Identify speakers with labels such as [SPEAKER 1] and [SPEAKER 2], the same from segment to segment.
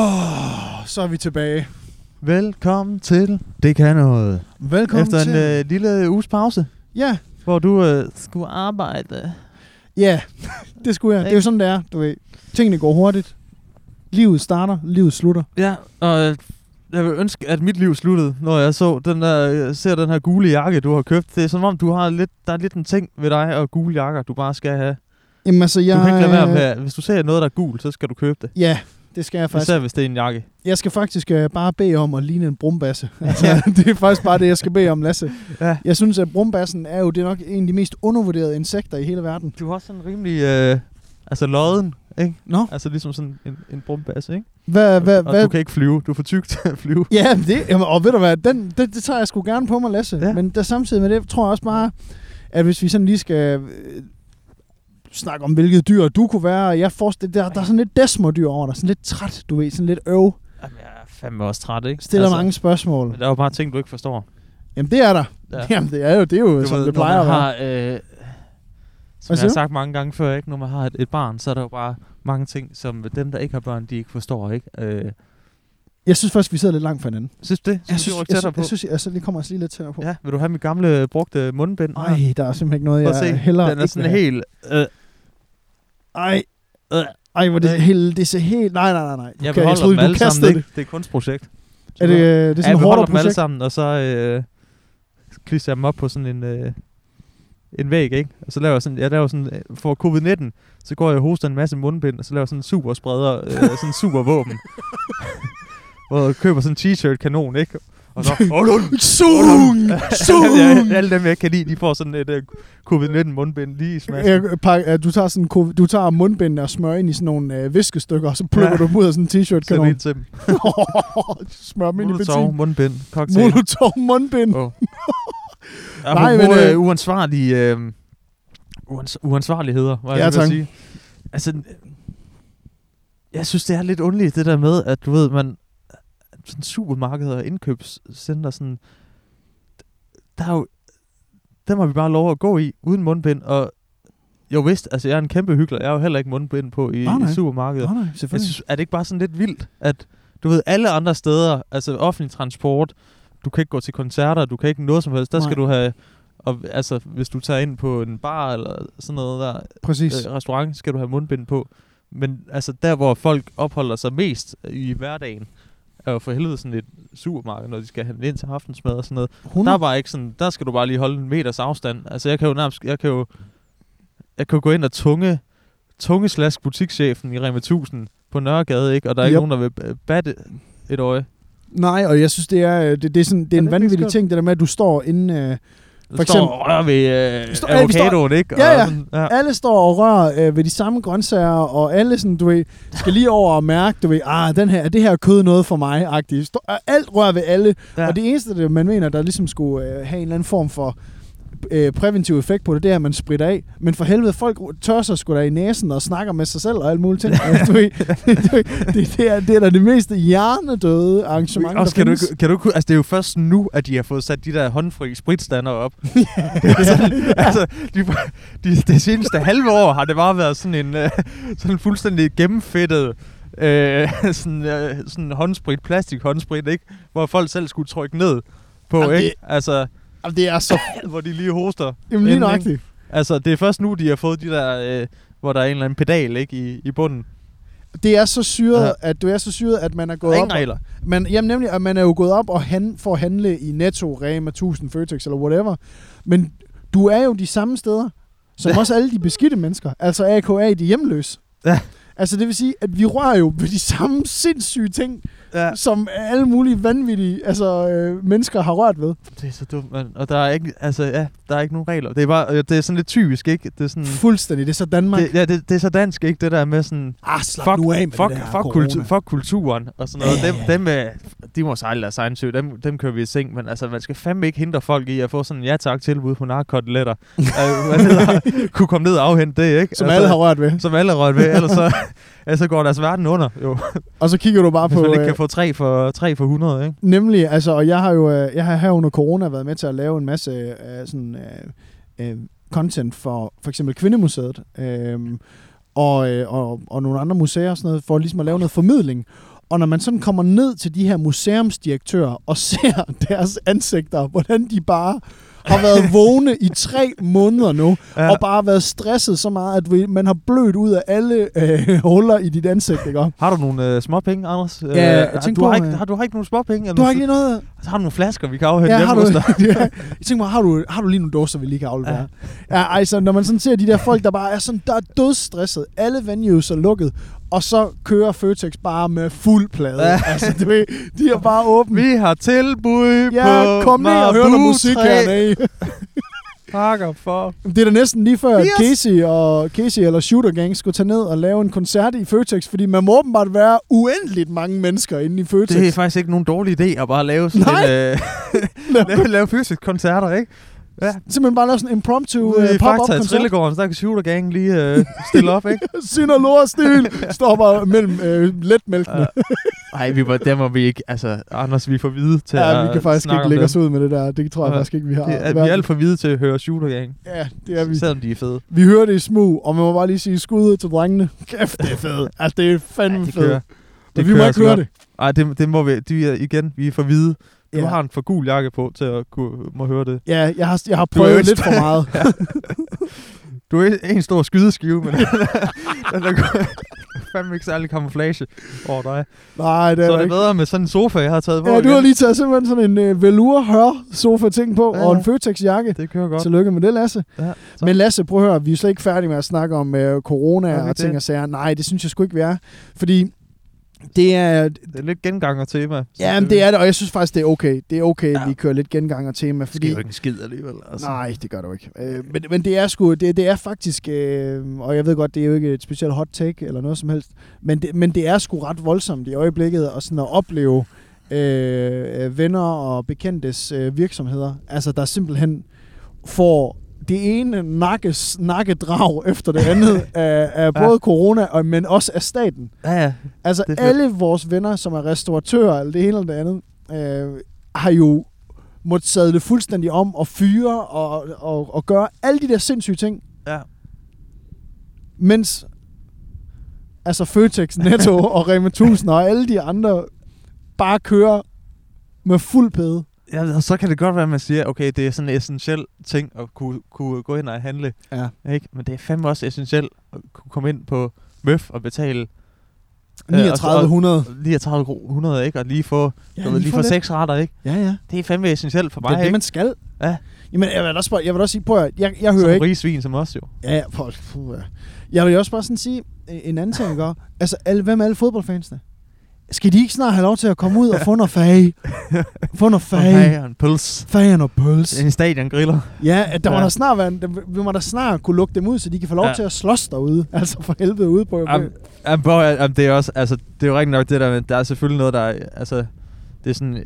[SPEAKER 1] Åh, oh, så er vi tilbage.
[SPEAKER 2] Velkommen til Det kan noget.
[SPEAKER 1] Velkommen
[SPEAKER 2] Efter
[SPEAKER 1] til.
[SPEAKER 2] en øh, lille uges pause,
[SPEAKER 1] Ja,
[SPEAKER 2] hvor du øh, skulle arbejde.
[SPEAKER 1] ja, det skulle jeg. Det er jo sådan, det er, du ved. Tingene går hurtigt. Livet starter, livet slutter.
[SPEAKER 2] Ja, og øh, jeg vil ønske, at mit liv sluttede, når jeg så den der, jeg ser den her gule jakke, du har købt. Det er som om, du har lidt, der er lidt en ting ved dig og gule jakker, du bare skal have.
[SPEAKER 1] Jamen altså, jeg... øh,
[SPEAKER 2] Du kan ikke lade være med, at- hvis du ser noget, der er gult, så skal du købe det.
[SPEAKER 1] Ja, det skal jeg faktisk.
[SPEAKER 2] Især hvis det er en jakke.
[SPEAKER 1] Jeg skal faktisk øh, bare bede om at ligne en brumbasse. Altså, det er faktisk bare det, jeg skal bede om, Lasse.
[SPEAKER 2] Ja.
[SPEAKER 1] Jeg synes, at brumbassen er jo det er nok en af de mest undervurderede insekter i hele verden.
[SPEAKER 2] Du har også sådan rimelig, øh, altså lodden, ikke?
[SPEAKER 1] Nå,
[SPEAKER 2] Altså ligesom sådan en, en brumbasse, ikke?
[SPEAKER 1] hvad... hvad,
[SPEAKER 2] og du
[SPEAKER 1] hvad?
[SPEAKER 2] kan ikke flyve, du er for tyk til at flyve.
[SPEAKER 1] Ja, det, jamen, og ved du hvad, den, det, det tager jeg sgu gerne på mig, Lasse. Ja.
[SPEAKER 2] Ja.
[SPEAKER 1] Men der, samtidig med det tror jeg også bare, at hvis vi sådan lige skal øh, snakke om, hvilket dyr du kunne være, og jeg forestiller, der, der er sådan lidt desmodyr over dig, sådan lidt træt, du ved, sådan lidt øv,
[SPEAKER 2] Jamen, jeg er fandme også træt, ikke?
[SPEAKER 1] stiller altså, mange spørgsmål.
[SPEAKER 2] Men der er jo bare ting, du ikke forstår.
[SPEAKER 1] Jamen det er der. Ja.
[SPEAKER 2] Ja.
[SPEAKER 1] Jamen det er jo, det er jo, som det plejer
[SPEAKER 2] når
[SPEAKER 1] at
[SPEAKER 2] man
[SPEAKER 1] være.
[SPEAKER 2] har,
[SPEAKER 1] Hvad
[SPEAKER 2] øh, som jeg har
[SPEAKER 1] siger
[SPEAKER 2] sagt mange gange før, ikke? når man har et, et barn, så er der jo bare mange ting, som dem, der ikke har børn, de ikke forstår. Ikke? Øh,
[SPEAKER 1] Jeg synes faktisk, vi sidder lidt langt fra hinanden.
[SPEAKER 2] synes du det?
[SPEAKER 1] Jeg
[SPEAKER 2] du,
[SPEAKER 1] synes,
[SPEAKER 2] vi rykker
[SPEAKER 1] jeg,
[SPEAKER 2] tættere
[SPEAKER 1] jeg, jeg synes, jeg, altså, det kommer altså lige lidt tættere på.
[SPEAKER 2] på?
[SPEAKER 1] Ja.
[SPEAKER 2] Ja, vil du have mit gamle øh, brugte mundbind?
[SPEAKER 1] Ej, der er simpelthen ikke noget,
[SPEAKER 2] Prøv
[SPEAKER 1] jeg
[SPEAKER 2] at se.
[SPEAKER 1] hellere
[SPEAKER 2] Den
[SPEAKER 1] ikke
[SPEAKER 2] er
[SPEAKER 1] vil
[SPEAKER 2] sådan
[SPEAKER 1] have.
[SPEAKER 2] helt... Øh,
[SPEAKER 1] Ej, øh, ej, hvor det ser helt, det ser helt, nej, nej, nej, nej.
[SPEAKER 2] jeg
[SPEAKER 1] Okay,
[SPEAKER 2] beholder
[SPEAKER 1] jeg troede,
[SPEAKER 2] dem
[SPEAKER 1] du
[SPEAKER 2] alle
[SPEAKER 1] kastede
[SPEAKER 2] sammen,
[SPEAKER 1] det.
[SPEAKER 2] ikke? Det er et kunstprojekt.
[SPEAKER 1] Er det, øh, det er
[SPEAKER 2] ja,
[SPEAKER 1] sådan
[SPEAKER 2] jeg
[SPEAKER 1] et
[SPEAKER 2] beholder
[SPEAKER 1] hårdere
[SPEAKER 2] dem alle
[SPEAKER 1] projekt?
[SPEAKER 2] sammen, og så øh, klister jeg dem op på sådan en, øh, en væg, ikke? Og så laver jeg sådan, jeg laver sådan, øh, for covid-19, så går jeg og hoster en masse mundbind, og så laver jeg sådan en super spreder, øh, sådan en super våben. Hvor jeg køber sådan en t-shirt kanon, ikke? Og så,
[SPEAKER 1] Sung!
[SPEAKER 2] alle,
[SPEAKER 1] Sung!
[SPEAKER 2] alle dem, jeg ikke kan lide, de får sådan et øh, covid-19 mundbind lige i smash.
[SPEAKER 1] Jeg pakker, øh, du tager, sådan, en ko- du tager mundbindene og smører ind i sådan nogle øh, viskestykker, og så plukker ja.
[SPEAKER 2] Ja.
[SPEAKER 1] du dem ud af sådan en t-shirt
[SPEAKER 2] Så
[SPEAKER 1] kanon.
[SPEAKER 2] det til dem.
[SPEAKER 1] Smør dem ind i
[SPEAKER 2] Molotov,
[SPEAKER 1] benzin.
[SPEAKER 2] mundbind, cocktail.
[SPEAKER 1] Molotov mundbind.
[SPEAKER 2] Oh.
[SPEAKER 1] Nej,
[SPEAKER 2] Nej,
[SPEAKER 1] men,
[SPEAKER 2] men...
[SPEAKER 1] øh,
[SPEAKER 2] Øh, uansvarlige... Øh, uans- uansvarligheder, var jeg
[SPEAKER 1] Ja,
[SPEAKER 2] ja,
[SPEAKER 1] tak.
[SPEAKER 2] at sige. Altså, øh, jeg synes, det er lidt underligt, det der med, at du ved, man... Sådan supermarkeder og indkøbscenter, sådan... Der er jo... Dem har vi bare lov at gå i, uden mundbind, og... Jo vist, altså jeg er en kæmpe hyggelig. Jeg har jo heller ikke mundbind på i,
[SPEAKER 1] Nej, nej.
[SPEAKER 2] i supermarkedet.
[SPEAKER 1] Nå, nej,
[SPEAKER 2] Jeg
[SPEAKER 1] selvfølgelig.
[SPEAKER 2] synes, er det ikke bare sådan lidt vildt, at du ved, alle andre steder, altså offentlig transport, du kan ikke gå til koncerter, du kan ikke noget som helst, der
[SPEAKER 1] Nej.
[SPEAKER 2] skal du have, og, altså hvis du tager ind på en bar eller sådan noget der,
[SPEAKER 1] Præcis.
[SPEAKER 2] øh, restaurant, skal du have mundbind på. Men altså der, hvor folk opholder sig mest i hverdagen, er jo for helvede sådan et supermarked, når de skal handle ind til aftensmad og sådan noget.
[SPEAKER 1] 100.
[SPEAKER 2] Der er bare ikke sådan, der skal du bare lige holde en meters afstand. Altså jeg kan jo nærmest, jeg kan jo, jeg kan jo gå ind og tunge, tunge slask butikschefen i Rema 1000 på Nørregade, ikke? Og der er ikke
[SPEAKER 1] Yep.
[SPEAKER 2] nogen, der vil øh, batte et øje.
[SPEAKER 1] Nej, og jeg synes, det er, øh, det, det er, sådan, det er
[SPEAKER 2] Er
[SPEAKER 1] en
[SPEAKER 2] det ikke
[SPEAKER 1] vanvittig
[SPEAKER 2] skørt?
[SPEAKER 1] ting, det der med, at du står inde... Øh, For
[SPEAKER 2] Der for
[SPEAKER 1] eksempel-
[SPEAKER 2] eksempel, står og rører ved øh,
[SPEAKER 1] Står- ja, vi står-
[SPEAKER 2] avocadoen, ikke?
[SPEAKER 1] Ja, ja.
[SPEAKER 2] Og sådan, ja.
[SPEAKER 1] alle står og rører øh, ved de samme grøntsager, og alle sådan, du ved, skal lige over og mærke, du ved, ah, den her, er det her kød noget for mig, agtigt. Står- og Alt rører ved alle, Ja.
[SPEAKER 2] ja.
[SPEAKER 1] Og det eneste, det, man mener, der ligesom skulle øh, have en eller anden form for øh, præventiv effekt på det, det er, at man spritter af. Men for helvede, folk tør sig sgu da i næsen og snakker med sig selv og alt muligt ting. Altså, du ved, du ved, det, det, er, det er da det mest hjernedøde arrangement,
[SPEAKER 2] Også
[SPEAKER 1] der
[SPEAKER 2] kan du,
[SPEAKER 1] findes.
[SPEAKER 2] ikke, kan du ikke, altså det er jo først nu, at de har fået sat de der håndfri spritstander op.
[SPEAKER 1] Ja.
[SPEAKER 2] altså, altså de, de, det seneste halve år har det bare været sådan en øh, sådan fuldstændig gennemfættet øh, sådan, øh, sådan håndsprit, plastik håndsprit, ikke? Hvor folk selv skulle trykke ned på,
[SPEAKER 1] Jamen, det-
[SPEAKER 2] ikke? Altså,
[SPEAKER 1] Jamen, det er så
[SPEAKER 2] hvor de lige hoster.
[SPEAKER 1] jamen, lige
[SPEAKER 2] Inden,
[SPEAKER 1] nøjagtigt.
[SPEAKER 2] Altså, det er først nu, de har fået de der, øh, hvor der er en eller anden pedal, ikke? I, i bunden.
[SPEAKER 1] Det er så syret,
[SPEAKER 2] Ja.
[SPEAKER 1] at du er så syret, at man er
[SPEAKER 2] Der
[SPEAKER 1] gået
[SPEAKER 2] er
[SPEAKER 1] op.
[SPEAKER 2] ingen regler.
[SPEAKER 1] Man, jamen nemlig, at man er jo gået op og han, for at handle i Netto, Rema, 1000, Føtex eller whatever. Men du er jo de samme steder, som også alle de beskidte mennesker. Altså AKA, de hjemløse.
[SPEAKER 2] Ja.
[SPEAKER 1] Altså det vil sige, at vi rører jo ved de samme sindssyge ting,
[SPEAKER 2] Ja.
[SPEAKER 1] som alle mulige vanvittige altså, øh, mennesker har rørt ved.
[SPEAKER 2] Det er så dumt, mand. Og der er ikke, altså, ja, der er ikke nogen regler. Det er, bare, øh, det er sådan lidt typisk, ikke? Det er sådan...
[SPEAKER 1] Fuldstændig, det er så Danmark. Det,
[SPEAKER 2] Hmm. Det, ja, det, det er så dansk, ikke? Det der med sådan...
[SPEAKER 1] ah, slap
[SPEAKER 2] Fuck,
[SPEAKER 1] nu af med
[SPEAKER 2] fuck,
[SPEAKER 1] det der
[SPEAKER 2] fuck,
[SPEAKER 1] corona.
[SPEAKER 2] kultu, fuck kulturen og sådan noget.
[SPEAKER 1] Ja, ja,
[SPEAKER 2] Dem,
[SPEAKER 1] ja.
[SPEAKER 2] dem, øh, de må sejle deres egen sø. Dem, dem kører vi i seng. Men altså, man skal fandme ikke hindre folk i at få sådan en ja-tak-tilbud på narkoteletter. øh, man hedder, kunne komme ned og afhente det, ikke?
[SPEAKER 1] Som
[SPEAKER 2] altså,
[SPEAKER 1] alle har rørt ved.
[SPEAKER 2] Som alle har rørt ved. Ellers så, ellers så går deres verden under, jo.
[SPEAKER 1] Og så kigger du bare
[SPEAKER 2] Hvis
[SPEAKER 1] på...
[SPEAKER 2] man ikke
[SPEAKER 1] øh,
[SPEAKER 2] kan få tre for, tre for 100, ikke?
[SPEAKER 1] Nemlig, altså, og jeg har jo øh, jeg har her under corona været med til at lave en masse øh, sådan, øh, øh, content for for eksempel Kvindemuseet. Øh, og, øh, og, og nogle andre museer og sådan noget, for ligesom at lave noget formidling. Og når man sådan kommer ned til de her museumsdirektører og ser deres ansigter, hvordan de bare har været vågne i tre måneder nu, ja.
[SPEAKER 2] Ja.
[SPEAKER 1] og bare har været stresset så meget, at vi- man har blødt ud af alle øh, huller i dit ansigt, ikke?
[SPEAKER 2] Har du nogle øh, småpenge, Anders? Øh,
[SPEAKER 1] jeg
[SPEAKER 2] har-
[SPEAKER 1] tænkte
[SPEAKER 2] du, har
[SPEAKER 1] på,
[SPEAKER 2] ikke,
[SPEAKER 1] øh,
[SPEAKER 2] har, du har ikke nogen småpenge? Eller
[SPEAKER 1] Du har ikke
[SPEAKER 2] nogle
[SPEAKER 1] lige noget...
[SPEAKER 2] fl- har du nogle flasker, vi kan afhente
[SPEAKER 1] Ja, har
[SPEAKER 2] hjemme
[SPEAKER 1] du,
[SPEAKER 2] hos dig?
[SPEAKER 1] ja. Jeg tænker mig, har du, har du lige nogle dåser, vi lige kan aflevere? Ja. ja ej, så når man sådan ser de der folk, der bare er sådan, der er dødsstresset. Alle venues er lukket, og så kører Føtex bare med fuld plade. Ja.
[SPEAKER 2] Ja.
[SPEAKER 1] Altså, du ved, de er bare åbne.
[SPEAKER 2] Vi har tilbud
[SPEAKER 1] Ja,
[SPEAKER 2] på
[SPEAKER 1] kom ned og hør noget musik hernede.
[SPEAKER 2] Pakker for.
[SPEAKER 1] Det er da næsten lige før, at
[SPEAKER 2] Yes.
[SPEAKER 1] Casey, og, Casey eller Shooter Gang skulle tage ned og lave en koncert i Føtex, fordi man må åbenbart være uendeligt mange mennesker inde i Føtex.
[SPEAKER 2] Det er faktisk ikke nogen dårlig idé at bare lave sådan
[SPEAKER 1] Nej.
[SPEAKER 2] en... Øh, lave, lave fysisk koncerter, ikke? Ja.
[SPEAKER 1] Simpelthen bare lave sådan en impromptu
[SPEAKER 2] Ude i
[SPEAKER 1] øh, pop-up
[SPEAKER 2] Fakta i
[SPEAKER 1] koncert.
[SPEAKER 2] Trillegården, så der kan Shooter Gang lige øh, stille op, ikke?
[SPEAKER 1] Sinaloa stil stopper mellem øh, letmælkene.
[SPEAKER 2] Ja. Nej, vi var, der må vi ikke... Altså, Anders, vi er for hvide til
[SPEAKER 1] Ja,
[SPEAKER 2] at
[SPEAKER 1] vi kan faktisk
[SPEAKER 2] snakke
[SPEAKER 1] ikke
[SPEAKER 2] om
[SPEAKER 1] lægge
[SPEAKER 2] dem.
[SPEAKER 1] os ud med det der. Det tror jeg
[SPEAKER 2] Ja.
[SPEAKER 1] faktisk ikke, vi har.
[SPEAKER 2] Det er, vi
[SPEAKER 1] Hverken-
[SPEAKER 2] er alt for hvide til at høre Shooter Gang,
[SPEAKER 1] Ja, det er vi.
[SPEAKER 2] selvom de er fede.
[SPEAKER 1] Vi hører det i smug, og man må bare lige sige skud ud til drengene. Kæft, det er fedt. Altså, det er fandme
[SPEAKER 2] Ej,
[SPEAKER 1] ja,
[SPEAKER 2] det
[SPEAKER 1] fedt.
[SPEAKER 2] kører.
[SPEAKER 1] Men
[SPEAKER 2] Det
[SPEAKER 1] vi må
[SPEAKER 2] kører
[SPEAKER 1] ikke
[SPEAKER 2] altså
[SPEAKER 1] høre
[SPEAKER 2] godt.
[SPEAKER 1] det.
[SPEAKER 2] Nej, det, det må vi... De er, igen, vi er for hvide. Du
[SPEAKER 1] Ja.
[SPEAKER 2] har en for gul jakke på til at kunne, må høre det.
[SPEAKER 1] Ja, jeg har, jeg har
[SPEAKER 2] Du er jo
[SPEAKER 1] prøvet
[SPEAKER 2] ikke-
[SPEAKER 1] lidt for meget.
[SPEAKER 2] Du er en stor skydeskive, men den er, den er fandme ikke særlig camouflage over dig.
[SPEAKER 1] Nej, det er,
[SPEAKER 2] Så
[SPEAKER 1] der
[SPEAKER 2] er det
[SPEAKER 1] ikke.
[SPEAKER 2] bedre med sådan en sofa, jeg har taget på
[SPEAKER 1] Ja, du har
[SPEAKER 2] igen.
[SPEAKER 1] lige taget simpelthen sådan en øh, velour hør sofa ting på, ja.
[SPEAKER 2] Ja,
[SPEAKER 1] og en
[SPEAKER 2] ja.
[SPEAKER 1] Føtex-jakke.
[SPEAKER 2] Det kører godt.
[SPEAKER 1] Tillykke med det, Lasse.
[SPEAKER 2] Ja, så-
[SPEAKER 1] Men Lasse, prøv at høre, vi er jo slet ikke færdige med at snakke om øh, corona
[SPEAKER 2] Er vi
[SPEAKER 1] og ting
[SPEAKER 2] det?
[SPEAKER 1] og sager. Nej, det synes jeg sgu ikke, vi er. Fordi det er,
[SPEAKER 2] Det er lidt genganger tema.
[SPEAKER 1] Ja, det er det, og jeg synes faktisk, det er okay. Det er okay, ja.
[SPEAKER 2] Ja.
[SPEAKER 1] at vi kører lidt gengang og tema,
[SPEAKER 2] Det sker
[SPEAKER 1] fordi...
[SPEAKER 2] jo ikke en skid alligevel. Altså.
[SPEAKER 1] Nej, det gør du ikke. Øh, men, men det er sgu, det, det er faktisk, øh, og jeg ved godt, det er jo ikke et specielt hot take eller noget som helst, men det, men det er sgu ret voldsomt i øjeblikket at, sådan at opleve øh, øh, venner og bekendtes øh, virksomheder, altså der simpelthen får det ene nakkes, nakkedrag efter det andet af, af
[SPEAKER 2] Ja.
[SPEAKER 1] både corona, og, men også af staten.
[SPEAKER 2] Ja, ja.
[SPEAKER 1] Altså
[SPEAKER 2] Det er fedt.
[SPEAKER 1] alle vores venner, som er restauratører, eller det ene eller det andet, øh, har jo måttet sadle fuldstændig om og fyre og, og, og gøre alle de der sindssyge ting,
[SPEAKER 2] ja.
[SPEAKER 1] mens altså Føtex, Netto og Rema 1000 og alle de andre bare kører med fuld pæde.
[SPEAKER 2] Ja, og så kan det godt være, at man siger, okay, det er sådan en essentiel ting at kunne, kunne gå ind og handle.
[SPEAKER 1] Ja.
[SPEAKER 2] Ikke? Men det er fandme også essentielt at kunne komme ind på Møf og betale Øh,
[SPEAKER 1] 3900.
[SPEAKER 2] 39 kroner 100, ikke? Og lige få, ja, lige, lige få
[SPEAKER 1] lidt.
[SPEAKER 2] seks retter, ikke?
[SPEAKER 1] Ja, ja.
[SPEAKER 2] Det er fandme essentielt for mig,
[SPEAKER 1] Det er det,
[SPEAKER 2] ikke?
[SPEAKER 1] man skal.
[SPEAKER 2] Ja.
[SPEAKER 1] Jamen, jeg vil også, bare, jeg vil også sige, prøv at, høre, jeg, jeg hører
[SPEAKER 2] Som
[SPEAKER 1] ikke...
[SPEAKER 2] rigsvin som os jo.
[SPEAKER 1] Ja, ja, prøv, puh, ja. Jeg vil jo også bare sådan sige øh, en anden ting, ikke? også? Altså, alle, hvem er alle fodboldfansene? Skal de ikke snart have lov til at komme ud og få noget fag? Få noget fag?
[SPEAKER 2] Okay, og en pølse.
[SPEAKER 1] Fagen og pøls.
[SPEAKER 2] En stadion griller.
[SPEAKER 1] Ja, at der må
[SPEAKER 2] Ja.
[SPEAKER 1] da snart være, en- der, vi må da snart kunne lukke dem ud, så de kan få lov ja.
[SPEAKER 2] Ja.
[SPEAKER 1] til at slås derude. Altså for helvede ude på.
[SPEAKER 2] Am, am, bro, am, det er også, altså, det er jo rigtig nok det der, men der er selvfølgelig noget, der er, altså, det er sådan øh,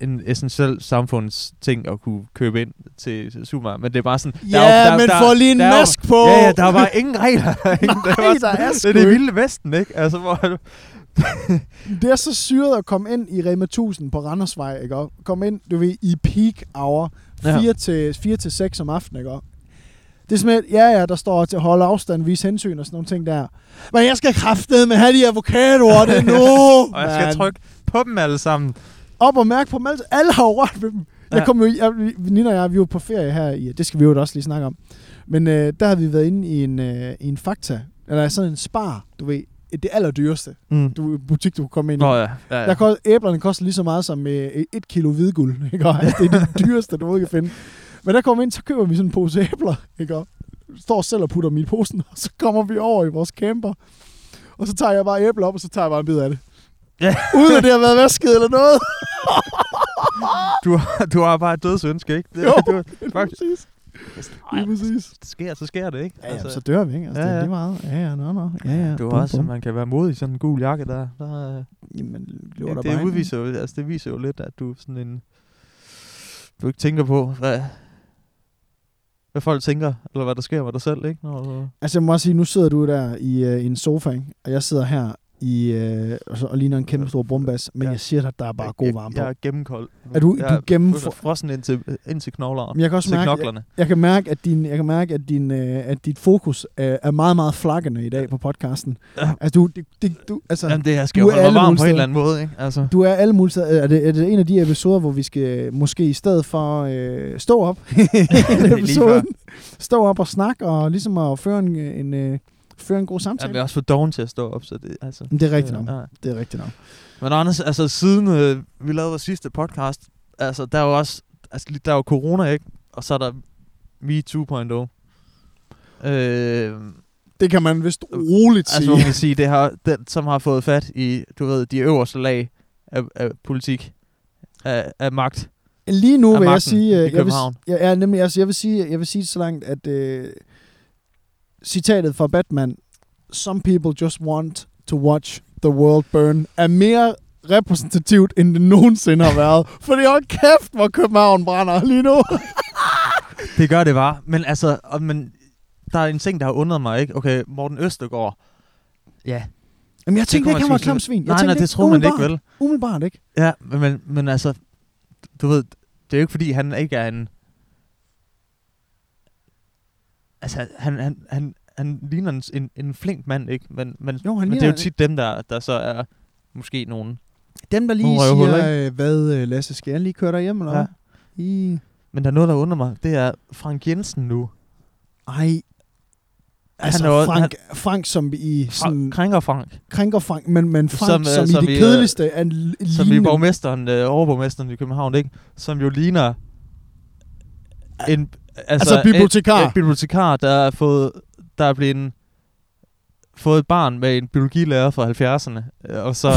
[SPEAKER 2] en essentiel samfundsting at kunne købe ind til til supermarkedet, men det er bare sådan...
[SPEAKER 1] Ja,
[SPEAKER 2] der er, jo- der,
[SPEAKER 1] men
[SPEAKER 2] der,
[SPEAKER 1] få lige en
[SPEAKER 2] der er jo-
[SPEAKER 1] mask på!
[SPEAKER 2] Ja, ja, der er bare ingen regler. der er ingen- det
[SPEAKER 1] Nej,
[SPEAKER 2] bare
[SPEAKER 1] der
[SPEAKER 2] sådan-
[SPEAKER 1] er
[SPEAKER 2] Det
[SPEAKER 1] sgu
[SPEAKER 2] er det
[SPEAKER 1] ikke.
[SPEAKER 2] vilde vesten, ikke? Altså, hvor...
[SPEAKER 1] Det er så syret at komme ind i Rema 1000 på Randersvej, ikke? Og komme ind, du ved, i peak hour,
[SPEAKER 2] Ja.
[SPEAKER 1] 4 til, 4 til 6 om aftenen, ikke? Og Det er simpelthen, ja, ja, der står til at holde afstand, vise hensyn og sådan nogle ting der. Men jeg skal kraftede med have de avocadoer, det er nu,
[SPEAKER 2] Og jeg skal
[SPEAKER 1] mand.
[SPEAKER 2] trykke på dem alle sammen.
[SPEAKER 1] Op og mærke på dem alle. Alle har jo rørt ved dem. Ja. Jeg
[SPEAKER 2] Ja.
[SPEAKER 1] kom jo, i- jeg, vi- Nina og jeg, vi var på ferie her i, det skal vi jo også lige snakke om. Men øh, der har vi været inde i en, øh, i en fakta, eller sådan en spar, du ved, det allerdyreste
[SPEAKER 2] Mm.
[SPEAKER 1] du, butik, du kan komme ind i.
[SPEAKER 2] Nå ja, ja, ja.
[SPEAKER 1] Der kost, æblerne koster lige så meget som øh, et kilo hvidguld. Ikke? Og, altså, det er det dyreste, du overhovedet kan finde. Men der kommer vi ind, så køber vi sådan en pose æbler. Ikke? Og står selv og putter dem i posen, og så kommer vi over i vores camper. Og så tager jeg bare æbler op, og så tager jeg bare en bid af det.
[SPEAKER 2] Ja.
[SPEAKER 1] Uden at det har været vasket eller noget.
[SPEAKER 2] Du, har- du har bare et dødsønske, ikke? Det,
[SPEAKER 1] Jo.
[SPEAKER 2] Du,
[SPEAKER 1] Lige
[SPEAKER 2] fuck.
[SPEAKER 1] præcis. Lige præcis.
[SPEAKER 2] det sker, så sker det, ikke?
[SPEAKER 1] Ja, altså, så dør vi, ikke? Altså, ja,
[SPEAKER 2] Ja,
[SPEAKER 1] ja. Det er
[SPEAKER 2] ja.
[SPEAKER 1] lige meget. Ja, ja, no, no. Ja, ja.
[SPEAKER 2] Du
[SPEAKER 1] Bum,
[SPEAKER 2] er også, at
[SPEAKER 1] bum.
[SPEAKER 2] man kan være modig i sådan en gul jakke der. der øh,
[SPEAKER 1] Jamen, løber der
[SPEAKER 2] det,
[SPEAKER 1] bare
[SPEAKER 2] det,
[SPEAKER 1] ind.
[SPEAKER 2] udviser jo, altså, det viser jo lidt, at du er sådan en... Du ikke tænker på, hvad, hvad folk tænker, eller hvad der sker med dig selv, ikke? Når, du-
[SPEAKER 1] Altså, jeg må også sige, nu sidder du der i, øh, i en sofa, ikke? og jeg sidder her i, øh, og, så, og ligner en kæmpe stor bombas, men
[SPEAKER 2] Ja.
[SPEAKER 1] ja. jeg siger dig, der er bare god varme på.
[SPEAKER 2] Jeg, jeg er gennemkold. nu.
[SPEAKER 1] Er du-
[SPEAKER 2] jeg
[SPEAKER 1] du
[SPEAKER 2] er
[SPEAKER 1] gennemfro-
[SPEAKER 2] frossen ind til, ind til knoglerne.
[SPEAKER 1] Men jeg kan også
[SPEAKER 2] til
[SPEAKER 1] mærke-
[SPEAKER 2] knoglerne.
[SPEAKER 1] Jeg kan mærke, at, din, jeg kan mærke, at, din, øh, at dit fokus øh, er meget, meget flakkende i dag på podcasten.
[SPEAKER 2] Ja.
[SPEAKER 1] Altså, du, det, det, du, altså,
[SPEAKER 2] Jamen, det, jeg skal
[SPEAKER 1] du
[SPEAKER 2] jo
[SPEAKER 1] er
[SPEAKER 2] holde mig
[SPEAKER 1] alle
[SPEAKER 2] varm på
[SPEAKER 1] mulige
[SPEAKER 2] en eller anden måde, ikke? Altså,
[SPEAKER 1] du er alle mulige steder. Er det, er det en af de episoder, hvor vi skal måske i stedet for øh, stå op
[SPEAKER 2] før.
[SPEAKER 1] episoden, stå op og snakke og ligesom at føre en, en, øh, føre en god
[SPEAKER 2] Jamen,
[SPEAKER 1] samtale?
[SPEAKER 2] jeg er også for doven til at stå op, så det, altså...
[SPEAKER 1] Men det er rigtigt nok.
[SPEAKER 2] Ja.
[SPEAKER 1] Det er rigtigt nok.
[SPEAKER 2] Men Anders, altså siden øh, vi lavede vores sidste podcast, altså der er jo også, altså lige- der er jo corona, ikke? Og så er der Me 2.0. Øh,
[SPEAKER 1] Det kan man vist roligt
[SPEAKER 2] altså
[SPEAKER 1] sige.
[SPEAKER 2] man kan sige, det har, den, som har fået fat i, du ved, de øverste lag af, af politik, af, af magt.
[SPEAKER 1] Lige nu
[SPEAKER 2] af
[SPEAKER 1] vil jeg
[SPEAKER 2] magten i
[SPEAKER 1] sige, øh, jeg vil,
[SPEAKER 2] København.
[SPEAKER 1] jeg, er nemlig, altså, jeg vil sige, jeg vil sige det så langt, at øh, citatet fra Batman, "Some people just want to watch the world burn", er mere repræsentativt, end det nogensinde har været. Fordi hold kæft, hvor København brænder lige nu.
[SPEAKER 2] Det gør det bare. Men altså, og, men der er en ting, der har undret mig, ikke? Okay, Morten Østergaard. Ja.
[SPEAKER 1] Jamen, jeg tænkte
[SPEAKER 2] kunne
[SPEAKER 1] ikke,
[SPEAKER 2] man
[SPEAKER 1] han var et
[SPEAKER 2] selvfølgelig-
[SPEAKER 1] klamt svin. Jeg
[SPEAKER 2] Nej,
[SPEAKER 1] tænkte
[SPEAKER 2] nej, det tror man ikke,
[SPEAKER 1] umiddelbart-
[SPEAKER 2] vel?
[SPEAKER 1] Umiddelbart ikke.
[SPEAKER 2] Ja, men, men, men altså, du ved, det er jo ikke fordi, han ikke er en... Altså, han, han, han, han ligner en, en, en flink mand, ikke? Men, men,
[SPEAKER 1] Jo, han
[SPEAKER 2] men det er
[SPEAKER 1] ligner-
[SPEAKER 2] jo tit dem, der, der så er måske nogen.
[SPEAKER 1] Dem, der lige
[SPEAKER 2] Nogle røvhuller,
[SPEAKER 1] siger, øh, hvad, øh, Lasse, skal jeg lige køre dig hjem, eller
[SPEAKER 2] Ja.
[SPEAKER 1] hvad? I...
[SPEAKER 2] Men der er noget, der undrer mig. Det er Frank Jensen nu.
[SPEAKER 1] Ej. Altså,
[SPEAKER 2] er også-
[SPEAKER 1] Frank, Frank, som i sådan
[SPEAKER 2] Frank, krænker Frank.
[SPEAKER 1] krænker Frank, men, men Frank, som,
[SPEAKER 2] Som,
[SPEAKER 1] som,
[SPEAKER 2] øh, som
[SPEAKER 1] i
[SPEAKER 2] i,
[SPEAKER 1] det
[SPEAKER 2] øh,
[SPEAKER 1] kedeligste er en l-
[SPEAKER 2] Som i
[SPEAKER 1] lignende-
[SPEAKER 2] borgmesteren, øh, overborgmesteren i København, ikke? Som jo ligner en...
[SPEAKER 1] Altså, bibliotekar.
[SPEAKER 2] En, en bibliotekar, der er fået... Der er blevet en, fået et barn med en biologilærer fra 70'erne. øh, Og så...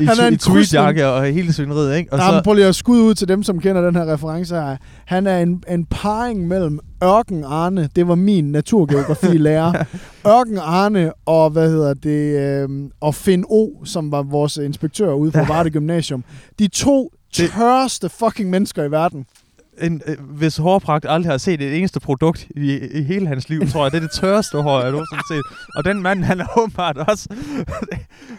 [SPEAKER 2] I,
[SPEAKER 1] Han er
[SPEAKER 2] tu-
[SPEAKER 1] en
[SPEAKER 2] i tweedjakke og hele svineriet, ikke? Og
[SPEAKER 1] Nej, men
[SPEAKER 2] så,
[SPEAKER 1] prøv lige at skud ud til dem, som kender den her reference her. Han er en, en parring mellem Ørken Arne, det var min naturgeografi-lærer, Ørken Arne og, hvad hedder det, øh, og Finn O, som var vores inspektør ude på Varde Gymnasium. De to
[SPEAKER 2] Det-
[SPEAKER 1] tørste fucking mennesker i verden.
[SPEAKER 2] en, øh, hvis hårpragt aldrig har set et eneste produkt i, i hele hans liv, tror jeg, det er det tørreste hår, jeg nogensinde har set. Og den mand, han er åbenbart også...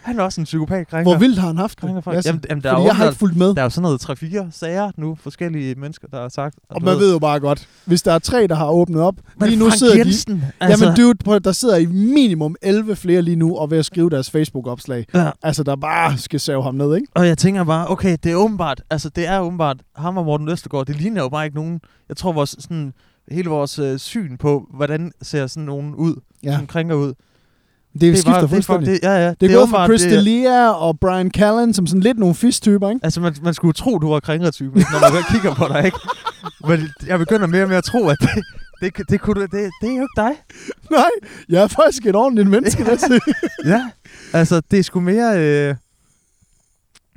[SPEAKER 2] han er også en psykopat krænker.
[SPEAKER 1] Hvor vildt har han haft det?
[SPEAKER 2] Krænker folk.
[SPEAKER 1] Lasse?
[SPEAKER 2] Jamen, jamen, der, er
[SPEAKER 1] Fordi jeg har ikke
[SPEAKER 2] åbenbart,
[SPEAKER 1] fulgt med.
[SPEAKER 2] der er jo sådan noget 3-4 sager nu, forskellige mennesker, der har sagt.
[SPEAKER 1] Og
[SPEAKER 2] du
[SPEAKER 1] man ved jo bare godt, hvis der er tre, der har åbnet op,
[SPEAKER 2] Men
[SPEAKER 1] lige nu
[SPEAKER 2] Frank
[SPEAKER 1] sidder de...
[SPEAKER 2] Jensen,
[SPEAKER 1] Altså... Jamen dude, prøv, at- der sidder i minimum 11 flere lige nu og ved at skrive deres Facebook-opslag.
[SPEAKER 2] Ja,
[SPEAKER 1] Altså, der bare skal save ham ned, ikke?
[SPEAKER 2] og jeg tænker bare, okay, det er åbenbart, altså det er åbenbart, ham og Morten Østergaard, det ligner jo bare ikke nogen, jeg tror vores, sådan, hele vores øh, syn på, hvordan ser sådan nogen ud, ja.
[SPEAKER 1] Ja,
[SPEAKER 2] som krænker ud.
[SPEAKER 1] det, det skifter
[SPEAKER 2] bare, det, er fuck-
[SPEAKER 1] fuldstændig. Det,
[SPEAKER 2] det, ja, ja,
[SPEAKER 1] det, det er gået fra
[SPEAKER 2] åbenbart,
[SPEAKER 1] Chris
[SPEAKER 2] det er-
[SPEAKER 1] D'Elia og Brian Callen som sådan lidt nogle fisk-typer, ikke?
[SPEAKER 2] Altså, man, man skulle tro, du var krænkertypen, når man godt kigger på dig, ikke? Men jeg begynder mere og mere at tro, at det, det, det, kunne, du- det, det er jo ikke dig.
[SPEAKER 1] Nej, jeg er faktisk et ordentligt menneske, der
[SPEAKER 2] ja, altså det er sgu mere... Øh,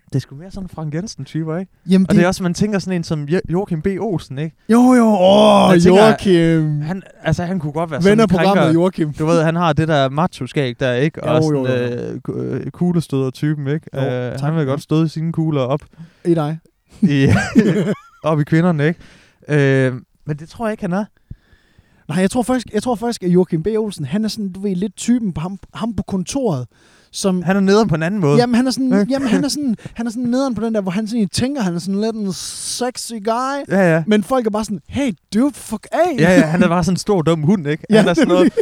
[SPEAKER 2] det er sgu mere sådan Frank Jensen-typer, ikke?
[SPEAKER 1] Jamen,
[SPEAKER 2] Og det er også, man tænker sådan en som jo- Joachim B. Olsen, ikke?
[SPEAKER 1] Jo, jo, åh,
[SPEAKER 2] Jeg tænker,
[SPEAKER 1] Joachim.
[SPEAKER 2] Han, altså, han kunne godt være
[SPEAKER 1] Venner
[SPEAKER 2] sådan en
[SPEAKER 1] programmet,
[SPEAKER 2] krænker.
[SPEAKER 1] Joachim.
[SPEAKER 2] Du ved, han har det der macho-skæg der, ikke? Og
[SPEAKER 1] Jo, jo,
[SPEAKER 2] sådan øh, ku- øh, kuglestøder-typen, ikke?
[SPEAKER 1] Jo,
[SPEAKER 2] øh,
[SPEAKER 1] tak.
[SPEAKER 2] han vil godt støde sine kugler op
[SPEAKER 1] I dig.
[SPEAKER 2] i, op i kvinderne, ikke? Øh, men det tror jeg ikke, han er.
[SPEAKER 1] Nej, jeg tror faktisk, jeg tror faktisk at Joachim B. Olsen, han er sådan, du ved, lidt typen på ham, ham på kontoret, som
[SPEAKER 2] Han er nederen på en anden måde.
[SPEAKER 1] Jamen, han er sådan,
[SPEAKER 2] Ikke?
[SPEAKER 1] jamen, han er sådan, han er sådan nederen på den der, hvor han sådan tænker, han er sådan lidt en sexy guy.
[SPEAKER 2] Ja, ja.
[SPEAKER 1] Men folk er bare sådan, hey dude, fuck af.
[SPEAKER 2] Ja, ja, han er bare sådan en stor dum hund, ikke?
[SPEAKER 1] Ja,
[SPEAKER 2] Ja, han er sådan noget,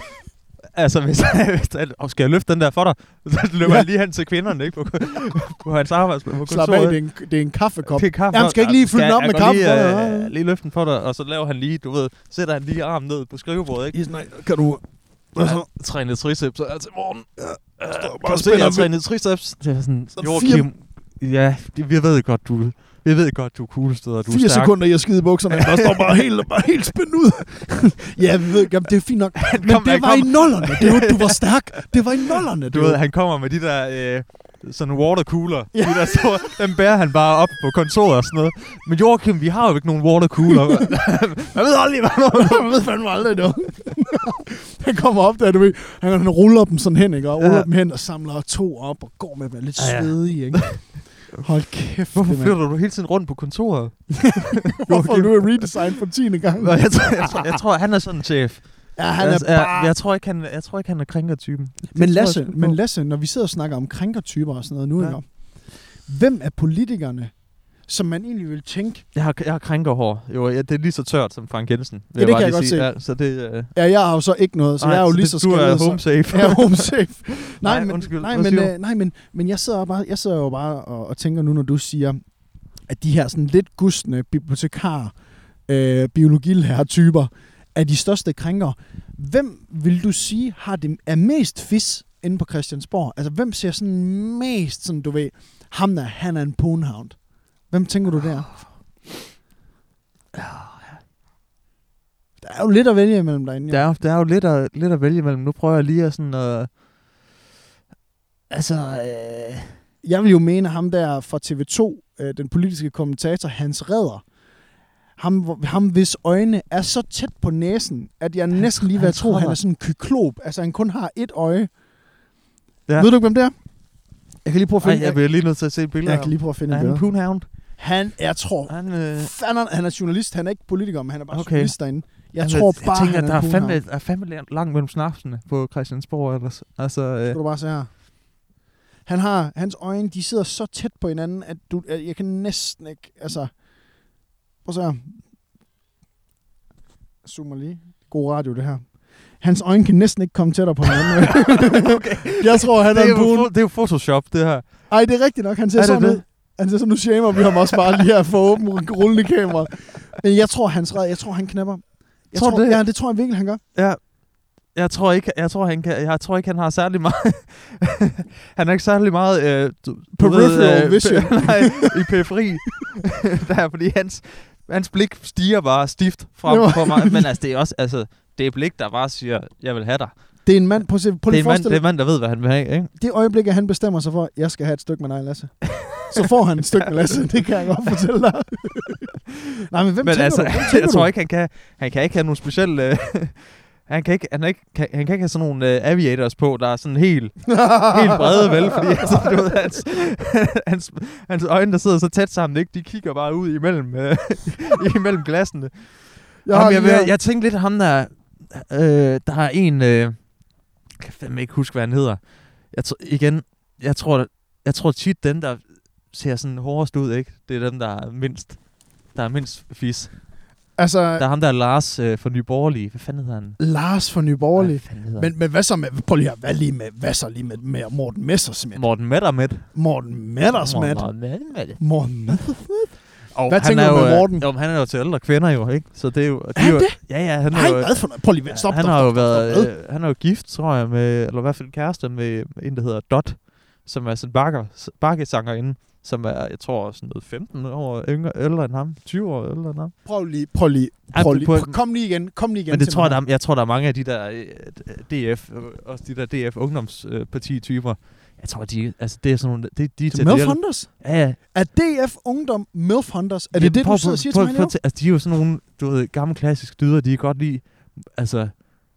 [SPEAKER 2] altså, hvis, hvis han, oh, skal jeg løfte den der for dig? Så løber
[SPEAKER 1] Ja.
[SPEAKER 2] ja. han lige hen til kvinderne, ikke? På, på hans arbejdsplads. På
[SPEAKER 1] Slap af,
[SPEAKER 2] kontoret.
[SPEAKER 1] det er en, det er en kaffekop.
[SPEAKER 2] Det er kaffe.
[SPEAKER 1] Jamen, skal jeg ikke lige fylde den op
[SPEAKER 2] jeg
[SPEAKER 1] med
[SPEAKER 2] går
[SPEAKER 1] kaffe for
[SPEAKER 2] Lige,
[SPEAKER 1] dig? Ja.
[SPEAKER 2] øh, lige løfte den for dig, og så laver han lige, du ved, sætter han lige armen ned på skrivebordet, ikke?
[SPEAKER 1] I er sådan, nej, kan du...
[SPEAKER 2] Og så træner triceps, og er til morgen. Øh,
[SPEAKER 1] bare
[SPEAKER 2] kan
[SPEAKER 1] og
[SPEAKER 2] du se, jeg har
[SPEAKER 1] spiller
[SPEAKER 2] trænet triceps? Det er sådan,
[SPEAKER 1] Sådan
[SPEAKER 2] Joachim, ja, det, vi ved godt, du, vi ved godt, du er kuglestøder, du er
[SPEAKER 1] Fire
[SPEAKER 2] stærk.
[SPEAKER 1] sekunder i at skide i bukserne. Der står bare helt, bare helt spændt ud. ja, vi ved, jamen, det er fint nok. Men
[SPEAKER 2] kom-
[SPEAKER 1] det
[SPEAKER 2] han
[SPEAKER 1] var i
[SPEAKER 2] kom.
[SPEAKER 1] nullerne. Det var, du var stærk. Det var i nullerne.
[SPEAKER 2] Du
[SPEAKER 1] dude.
[SPEAKER 2] ved, han kommer med de der øh, sådan watercooler.
[SPEAKER 1] Ja.
[SPEAKER 2] Ja. De der store, dem bærer han bare op på kontoret og sådan noget. Men Joachim, vi har jo ikke nogen watercooler. man ved aldrig, hvad man
[SPEAKER 1] Jeg ved fandme aldrig, du. han kommer op der, du ved. Han, han ruller dem sådan hen, ikke? Og ruller
[SPEAKER 2] Ja.
[SPEAKER 1] dem hen og samler to op og går med at være lidt
[SPEAKER 2] Ja, ja.
[SPEAKER 1] svedig, ikke? Hold kæft,
[SPEAKER 2] Hvorfor
[SPEAKER 1] det, mand.
[SPEAKER 2] flytter du hele tiden rundt på kontoret?
[SPEAKER 1] Hvorfor er du er redesign for 10. gang?
[SPEAKER 2] Nå, jeg, tror, jeg, tror, jeg tror, han er sådan en chef.
[SPEAKER 1] Ja, han er
[SPEAKER 2] altså,
[SPEAKER 1] bare...
[SPEAKER 2] jeg, jeg, tror ikke, han, jeg tror ikke, han er krænkertypen. Det
[SPEAKER 1] Men
[SPEAKER 2] tror jeg
[SPEAKER 1] Lasse,
[SPEAKER 2] sgu på.
[SPEAKER 1] men Lasse, når vi sidder og snakker om krænkertyper og sådan noget nu,
[SPEAKER 2] Ja.
[SPEAKER 1] ja. hvem er politikerne, som man egentlig vil tænke,
[SPEAKER 2] Jeg har, jeg har krænkerhår. Jo, ja, det er lige så tørt som Frank Jensen. vil
[SPEAKER 1] Ja, det
[SPEAKER 2] bare
[SPEAKER 1] kan
[SPEAKER 2] lige
[SPEAKER 1] jeg godt
[SPEAKER 2] sige.
[SPEAKER 1] se.
[SPEAKER 2] Ja, så det, øh,
[SPEAKER 1] ja, jeg har jo så ikke noget, så
[SPEAKER 2] nej,
[SPEAKER 1] jeg er jo lige
[SPEAKER 2] det-
[SPEAKER 1] så
[SPEAKER 2] Du er
[SPEAKER 1] skadet.
[SPEAKER 2] home
[SPEAKER 1] så-
[SPEAKER 2] safe.
[SPEAKER 1] Jeg er home safe. nej,
[SPEAKER 2] Nej,
[SPEAKER 1] men,
[SPEAKER 2] undskyld.
[SPEAKER 1] nej,
[SPEAKER 2] Hvad
[SPEAKER 1] men,
[SPEAKER 2] siger du?
[SPEAKER 1] øh, nej, men, men jeg sidder, jo bare, jeg sidder jo bare og, og tænker nu, når du siger, at de her sådan lidt gustne bibliotekar, øh, biologilærer-typer, er de største krænker. Hvem vil du sige har det, er mest fis inde på Christiansborg? Altså, hvem ser sådan mest, sådan du ved, ham der, han er en ponehound? Hvem tænker du der?
[SPEAKER 2] Ah.
[SPEAKER 1] Der er jo lidt at vælge imellem derinde.
[SPEAKER 2] Der, er, der er jo lidt at, lidt at vælge imellem. Nu prøver jeg lige at sådan... Øh, altså... Øh,
[SPEAKER 1] jeg vil jo mene ham der fra TV2, øh, den politiske kommentator Hans Redder, ham, hvor- ham hvis øjne er så tæt på næsen, at jeg næsten lige ved at
[SPEAKER 2] Hans
[SPEAKER 1] tro, at han
[SPEAKER 2] Redder.
[SPEAKER 1] er sådan en kyklop. Altså, han kun har et øje.
[SPEAKER 2] Ja.
[SPEAKER 1] Ja. Ved du ikke, hvem det er? Jeg kan lige prøve at
[SPEAKER 2] ej,
[SPEAKER 1] finde,
[SPEAKER 2] jeg
[SPEAKER 1] jeg,
[SPEAKER 2] bliver lige nødt til at se billeder.
[SPEAKER 1] jeg kan lige prøve at finde
[SPEAKER 2] er
[SPEAKER 1] et
[SPEAKER 2] han en
[SPEAKER 1] billede.
[SPEAKER 2] poonhound?
[SPEAKER 1] Han, jeg tror,
[SPEAKER 2] Han, øh,
[SPEAKER 1] fanden, han er journalist. Han er ikke politiker, men han er bare
[SPEAKER 2] Okay.
[SPEAKER 1] okay. journalist derinde. Jeg
[SPEAKER 2] altså,
[SPEAKER 1] tror bare,
[SPEAKER 2] jeg tænker,
[SPEAKER 1] han er
[SPEAKER 2] der er
[SPEAKER 1] en
[SPEAKER 2] fandme,
[SPEAKER 1] poonhound.
[SPEAKER 2] der er fandme la- langt mellem snapsene på Christiansborg ellers. Altså, øh,
[SPEAKER 1] Skal du bare se her. Han har, hans øjne, de sidder så tæt på hinanden, at du, at jeg kan næsten ikke, altså... Prøv at se her. Jeg Zoomer lige. God radio, det her. Hans øjne kan næsten ikke komme tættere på hinanden.
[SPEAKER 2] okay.
[SPEAKER 1] jeg tror, han
[SPEAKER 2] det,
[SPEAKER 1] er
[SPEAKER 2] er
[SPEAKER 1] en
[SPEAKER 2] jo,
[SPEAKER 1] pool.
[SPEAKER 2] fo- det er jo Photoshop, det her.
[SPEAKER 1] Ej, det er rigtigt nok. Han ser
[SPEAKER 2] Er det
[SPEAKER 1] sådan
[SPEAKER 2] det?
[SPEAKER 1] ud. Han ser sådan, nu shamer vi ham også bare lige her for åben rullende kamera. Men jeg tror, hans red, jeg tror, han knapper. Jeg tror,
[SPEAKER 2] Tror du
[SPEAKER 1] tror
[SPEAKER 2] det?
[SPEAKER 1] Ja, det tror jeg virkelig, han gør.
[SPEAKER 2] Ja. Jeg tror ikke, jeg tror, han kan, jeg tror ikke, han har særlig meget... han er ikke særlig meget... Øh, du- du
[SPEAKER 1] Peripheral
[SPEAKER 2] øh,
[SPEAKER 1] vision.
[SPEAKER 2] nej, i periferi. der, fordi hans, hans blik stiger bare stift
[SPEAKER 1] Det
[SPEAKER 2] frem
[SPEAKER 1] var-
[SPEAKER 2] for mig. Men altså, det er også... Altså, det er blik, der bare siger, jeg vil have dig.
[SPEAKER 1] Det er en mand, prøv at se, prøv
[SPEAKER 2] Det
[SPEAKER 1] lige
[SPEAKER 2] er,
[SPEAKER 1] at
[SPEAKER 2] en mand, det
[SPEAKER 1] forestille
[SPEAKER 2] er en mand, der ved, hvad han vil have, ikke?
[SPEAKER 1] det øjeblik, at han bestemmer sig for, at jeg skal have et stykke med dig, Lasse, så får han et stykke med Lasse. Det kan jeg godt fortælle dig. Nej, men hvem
[SPEAKER 2] Men
[SPEAKER 1] tænker
[SPEAKER 2] altså,
[SPEAKER 1] du? Hvem tænker
[SPEAKER 2] jeg tror
[SPEAKER 1] du?
[SPEAKER 2] ikke, han kan, han kan ikke have nogen speciel... Øh, han, kan ikke, han, er ikke, kan, han kan ikke have sådan nogle øh, aviators på, der er sådan helt, helt brede, vel? Fordi altså, du ved, hans, hans, hans øjne, der sidder så tæt sammen, ikke? de kigger bare ud imellem, øh, imellem glassene.
[SPEAKER 1] Jeg,
[SPEAKER 2] Jeg,
[SPEAKER 1] har,
[SPEAKER 2] Jamen, jeg,
[SPEAKER 1] lige
[SPEAKER 2] jeg,
[SPEAKER 1] her-
[SPEAKER 2] jeg tænkte lidt ham der, øh, der har en, øh, jeg kan fandme ikke huske, hvad han hedder. Jeg tr- igen, jeg tror, jeg tror tit dem, der ser sådan hårdest ud, ikke? Det er dem, der er mindst, der er mindst fis.
[SPEAKER 1] altså,
[SPEAKER 2] Der er ham der er Lars øh, fra Nye Borgerlige. Hvad fanden hedder han?
[SPEAKER 1] Lars fra Nye Borgerlige.
[SPEAKER 2] Borgerlige. Hvad fanden hedder
[SPEAKER 1] Men, men hvad så med, prøv lige at hvad lige med, hvad så lige med, med Morten Messersmith?
[SPEAKER 2] han? Morten Mettermæt.
[SPEAKER 1] Morten Messersmith.
[SPEAKER 2] Morten Mettermæt.
[SPEAKER 1] Morten Messersmith.
[SPEAKER 2] Og
[SPEAKER 1] Hvad
[SPEAKER 2] han
[SPEAKER 1] tænker
[SPEAKER 2] er
[SPEAKER 1] du
[SPEAKER 2] jo,
[SPEAKER 1] med
[SPEAKER 2] øh,
[SPEAKER 1] Morten?
[SPEAKER 2] Jo, men han er jo til ældre kvinder jo, ikke? Så det er jo...
[SPEAKER 1] Er han
[SPEAKER 2] jo,
[SPEAKER 1] det?
[SPEAKER 2] Ja, ja. Han er
[SPEAKER 1] Nej,
[SPEAKER 2] jo,
[SPEAKER 1] hvad for noget? Prøv lige, vent, stop,
[SPEAKER 2] han
[SPEAKER 1] stop,
[SPEAKER 2] har jo
[SPEAKER 1] stop, stop, stop,
[SPEAKER 2] været,
[SPEAKER 1] stop.
[SPEAKER 2] øh, han er jo gift, tror jeg, med, eller i hvert fald kærester med en, der hedder Dot, som er sådan en bakker, bakkesangerinde, som er, jeg tror, sådan noget 15 år yngre, ældre end ham, 20 år ældre end ham.
[SPEAKER 1] Prøv lige, prøv lige,
[SPEAKER 2] Ej,
[SPEAKER 1] prøv
[SPEAKER 2] øh, på-
[SPEAKER 1] lige.
[SPEAKER 2] på-
[SPEAKER 1] Prøv- Kom lige igen, kom lige igen
[SPEAKER 2] Men det
[SPEAKER 1] til
[SPEAKER 2] tror jeg,
[SPEAKER 1] mig.
[SPEAKER 2] der, er- jeg tror, der er mange af de der øh, DF, øh, også de der DF ungdomsparti-typer, jeg tror, de, altså, det er sådan nogle, det, de er
[SPEAKER 1] Til
[SPEAKER 2] de
[SPEAKER 1] Milf
[SPEAKER 2] ældre-
[SPEAKER 1] Hunters?
[SPEAKER 2] Ja, ja.
[SPEAKER 1] Er DF Ungdom Milf Hunters? Er det
[SPEAKER 2] Jamen,
[SPEAKER 1] det,
[SPEAKER 2] prøv-
[SPEAKER 1] du sidder og siger
[SPEAKER 2] prøv-
[SPEAKER 1] til mig
[SPEAKER 2] prøv-
[SPEAKER 1] nu?
[SPEAKER 2] prøv- Altså, de er jo sådan nogle, du ved, gamle klassiske dyder, de kan godt lide, altså,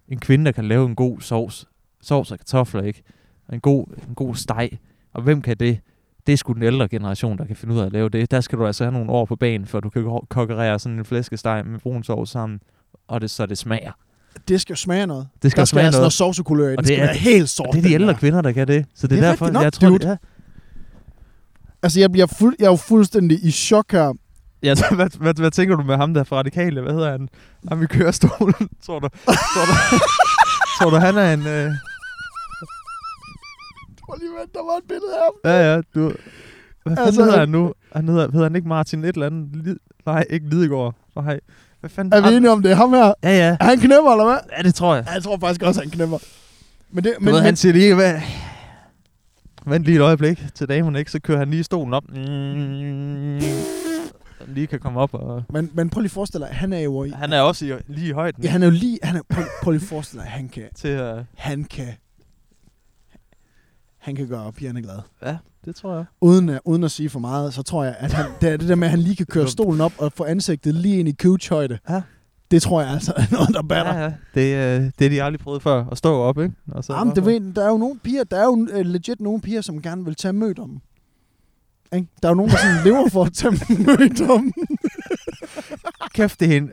[SPEAKER 2] en kvinde, der kan lave en god sovs. Sovs og kartofler, ikke? Og en god, en god steg. Og hvem kan det? Det er sgu den ældre generation, der kan finde ud af at lave det. Der skal du altså have nogle år på banen, før du kan ko- kokkerere sådan en flæskesteg med brun sovs sammen, og det, så det smager.
[SPEAKER 1] Det skal jo smage noget.
[SPEAKER 2] Det skal
[SPEAKER 1] der
[SPEAKER 2] jo
[SPEAKER 1] skal smage
[SPEAKER 2] smage
[SPEAKER 1] altså
[SPEAKER 2] noget.
[SPEAKER 1] noget sovsekulør i. Det,
[SPEAKER 2] Og det
[SPEAKER 1] det skal
[SPEAKER 2] er-
[SPEAKER 1] er, være helt sort.
[SPEAKER 2] Og det er de
[SPEAKER 1] den
[SPEAKER 2] ældre
[SPEAKER 1] der.
[SPEAKER 2] kvinder, der kan det. Så det,
[SPEAKER 1] Det er
[SPEAKER 2] derfor,
[SPEAKER 1] rigtigt nok,
[SPEAKER 2] jeg tror,
[SPEAKER 1] dude.
[SPEAKER 2] det er.
[SPEAKER 1] Altså, jeg, bliver fuld, jeg er jo fuldstændig i chok her.
[SPEAKER 2] Ja, så hvad, hvad, hvad, tænker du med ham der fra Radikale? Hvad hedder han? Ham i kørestolen, tror du? Tror du, tror du han er en... Øh...
[SPEAKER 1] Prøv lige vent, der var et billede af ham.
[SPEAKER 2] Ja, ja, du... Hvad fanden
[SPEAKER 1] Altså,
[SPEAKER 2] altså, hedder
[SPEAKER 1] han-
[SPEAKER 2] han nu? Han hedder, hedder han ikke Martin et eller andet? Lid... Nej, ikke Lidegaard. Nej. Hvad fanden?
[SPEAKER 1] Er vi
[SPEAKER 2] Ah,
[SPEAKER 1] enige om det? er Ham her.
[SPEAKER 2] Ja, ja.
[SPEAKER 1] Er han knæpper, eller hvad?
[SPEAKER 2] Ja, det tror jeg.
[SPEAKER 1] Ja, jeg tror faktisk også, han knæpper. Men det,
[SPEAKER 2] Du
[SPEAKER 1] men,
[SPEAKER 2] ved, han
[SPEAKER 1] men,
[SPEAKER 2] siger lige, hvad... Vent lige et øjeblik til damen, ikke? Så kører han lige stolen op. Mm. Lige kan komme op og...
[SPEAKER 1] men, men prøv lige at forestille dig, han er jo i...
[SPEAKER 2] Han er også i, lige i højden.
[SPEAKER 1] Ja, han er jo lige... Han er, prøv, prøv lige at forestille dig, han kan...
[SPEAKER 2] Til, øh...
[SPEAKER 1] Han kan... Han kan gøre pigerne glade.
[SPEAKER 2] Ja, det tror jeg.
[SPEAKER 1] Uden at, uden at sige for meget, så tror jeg, at han, det, er det der med, at han lige kan køre stolen op og få ansigtet lige ind i coachhøjde,
[SPEAKER 2] Ja.
[SPEAKER 1] det tror jeg altså er noget, der batter.
[SPEAKER 2] Ja, ja. Det, øh, det er de aldrig prøvet før. At stå op, ikke? Og så
[SPEAKER 1] Jamen, det ved, der er jo nogle piger, der er jo øh, legit nogle piger, som gerne vil tage mødommen. Ikke? Der er jo nogen, der sådan lever for at tage mødommen.
[SPEAKER 2] Kæft, det er en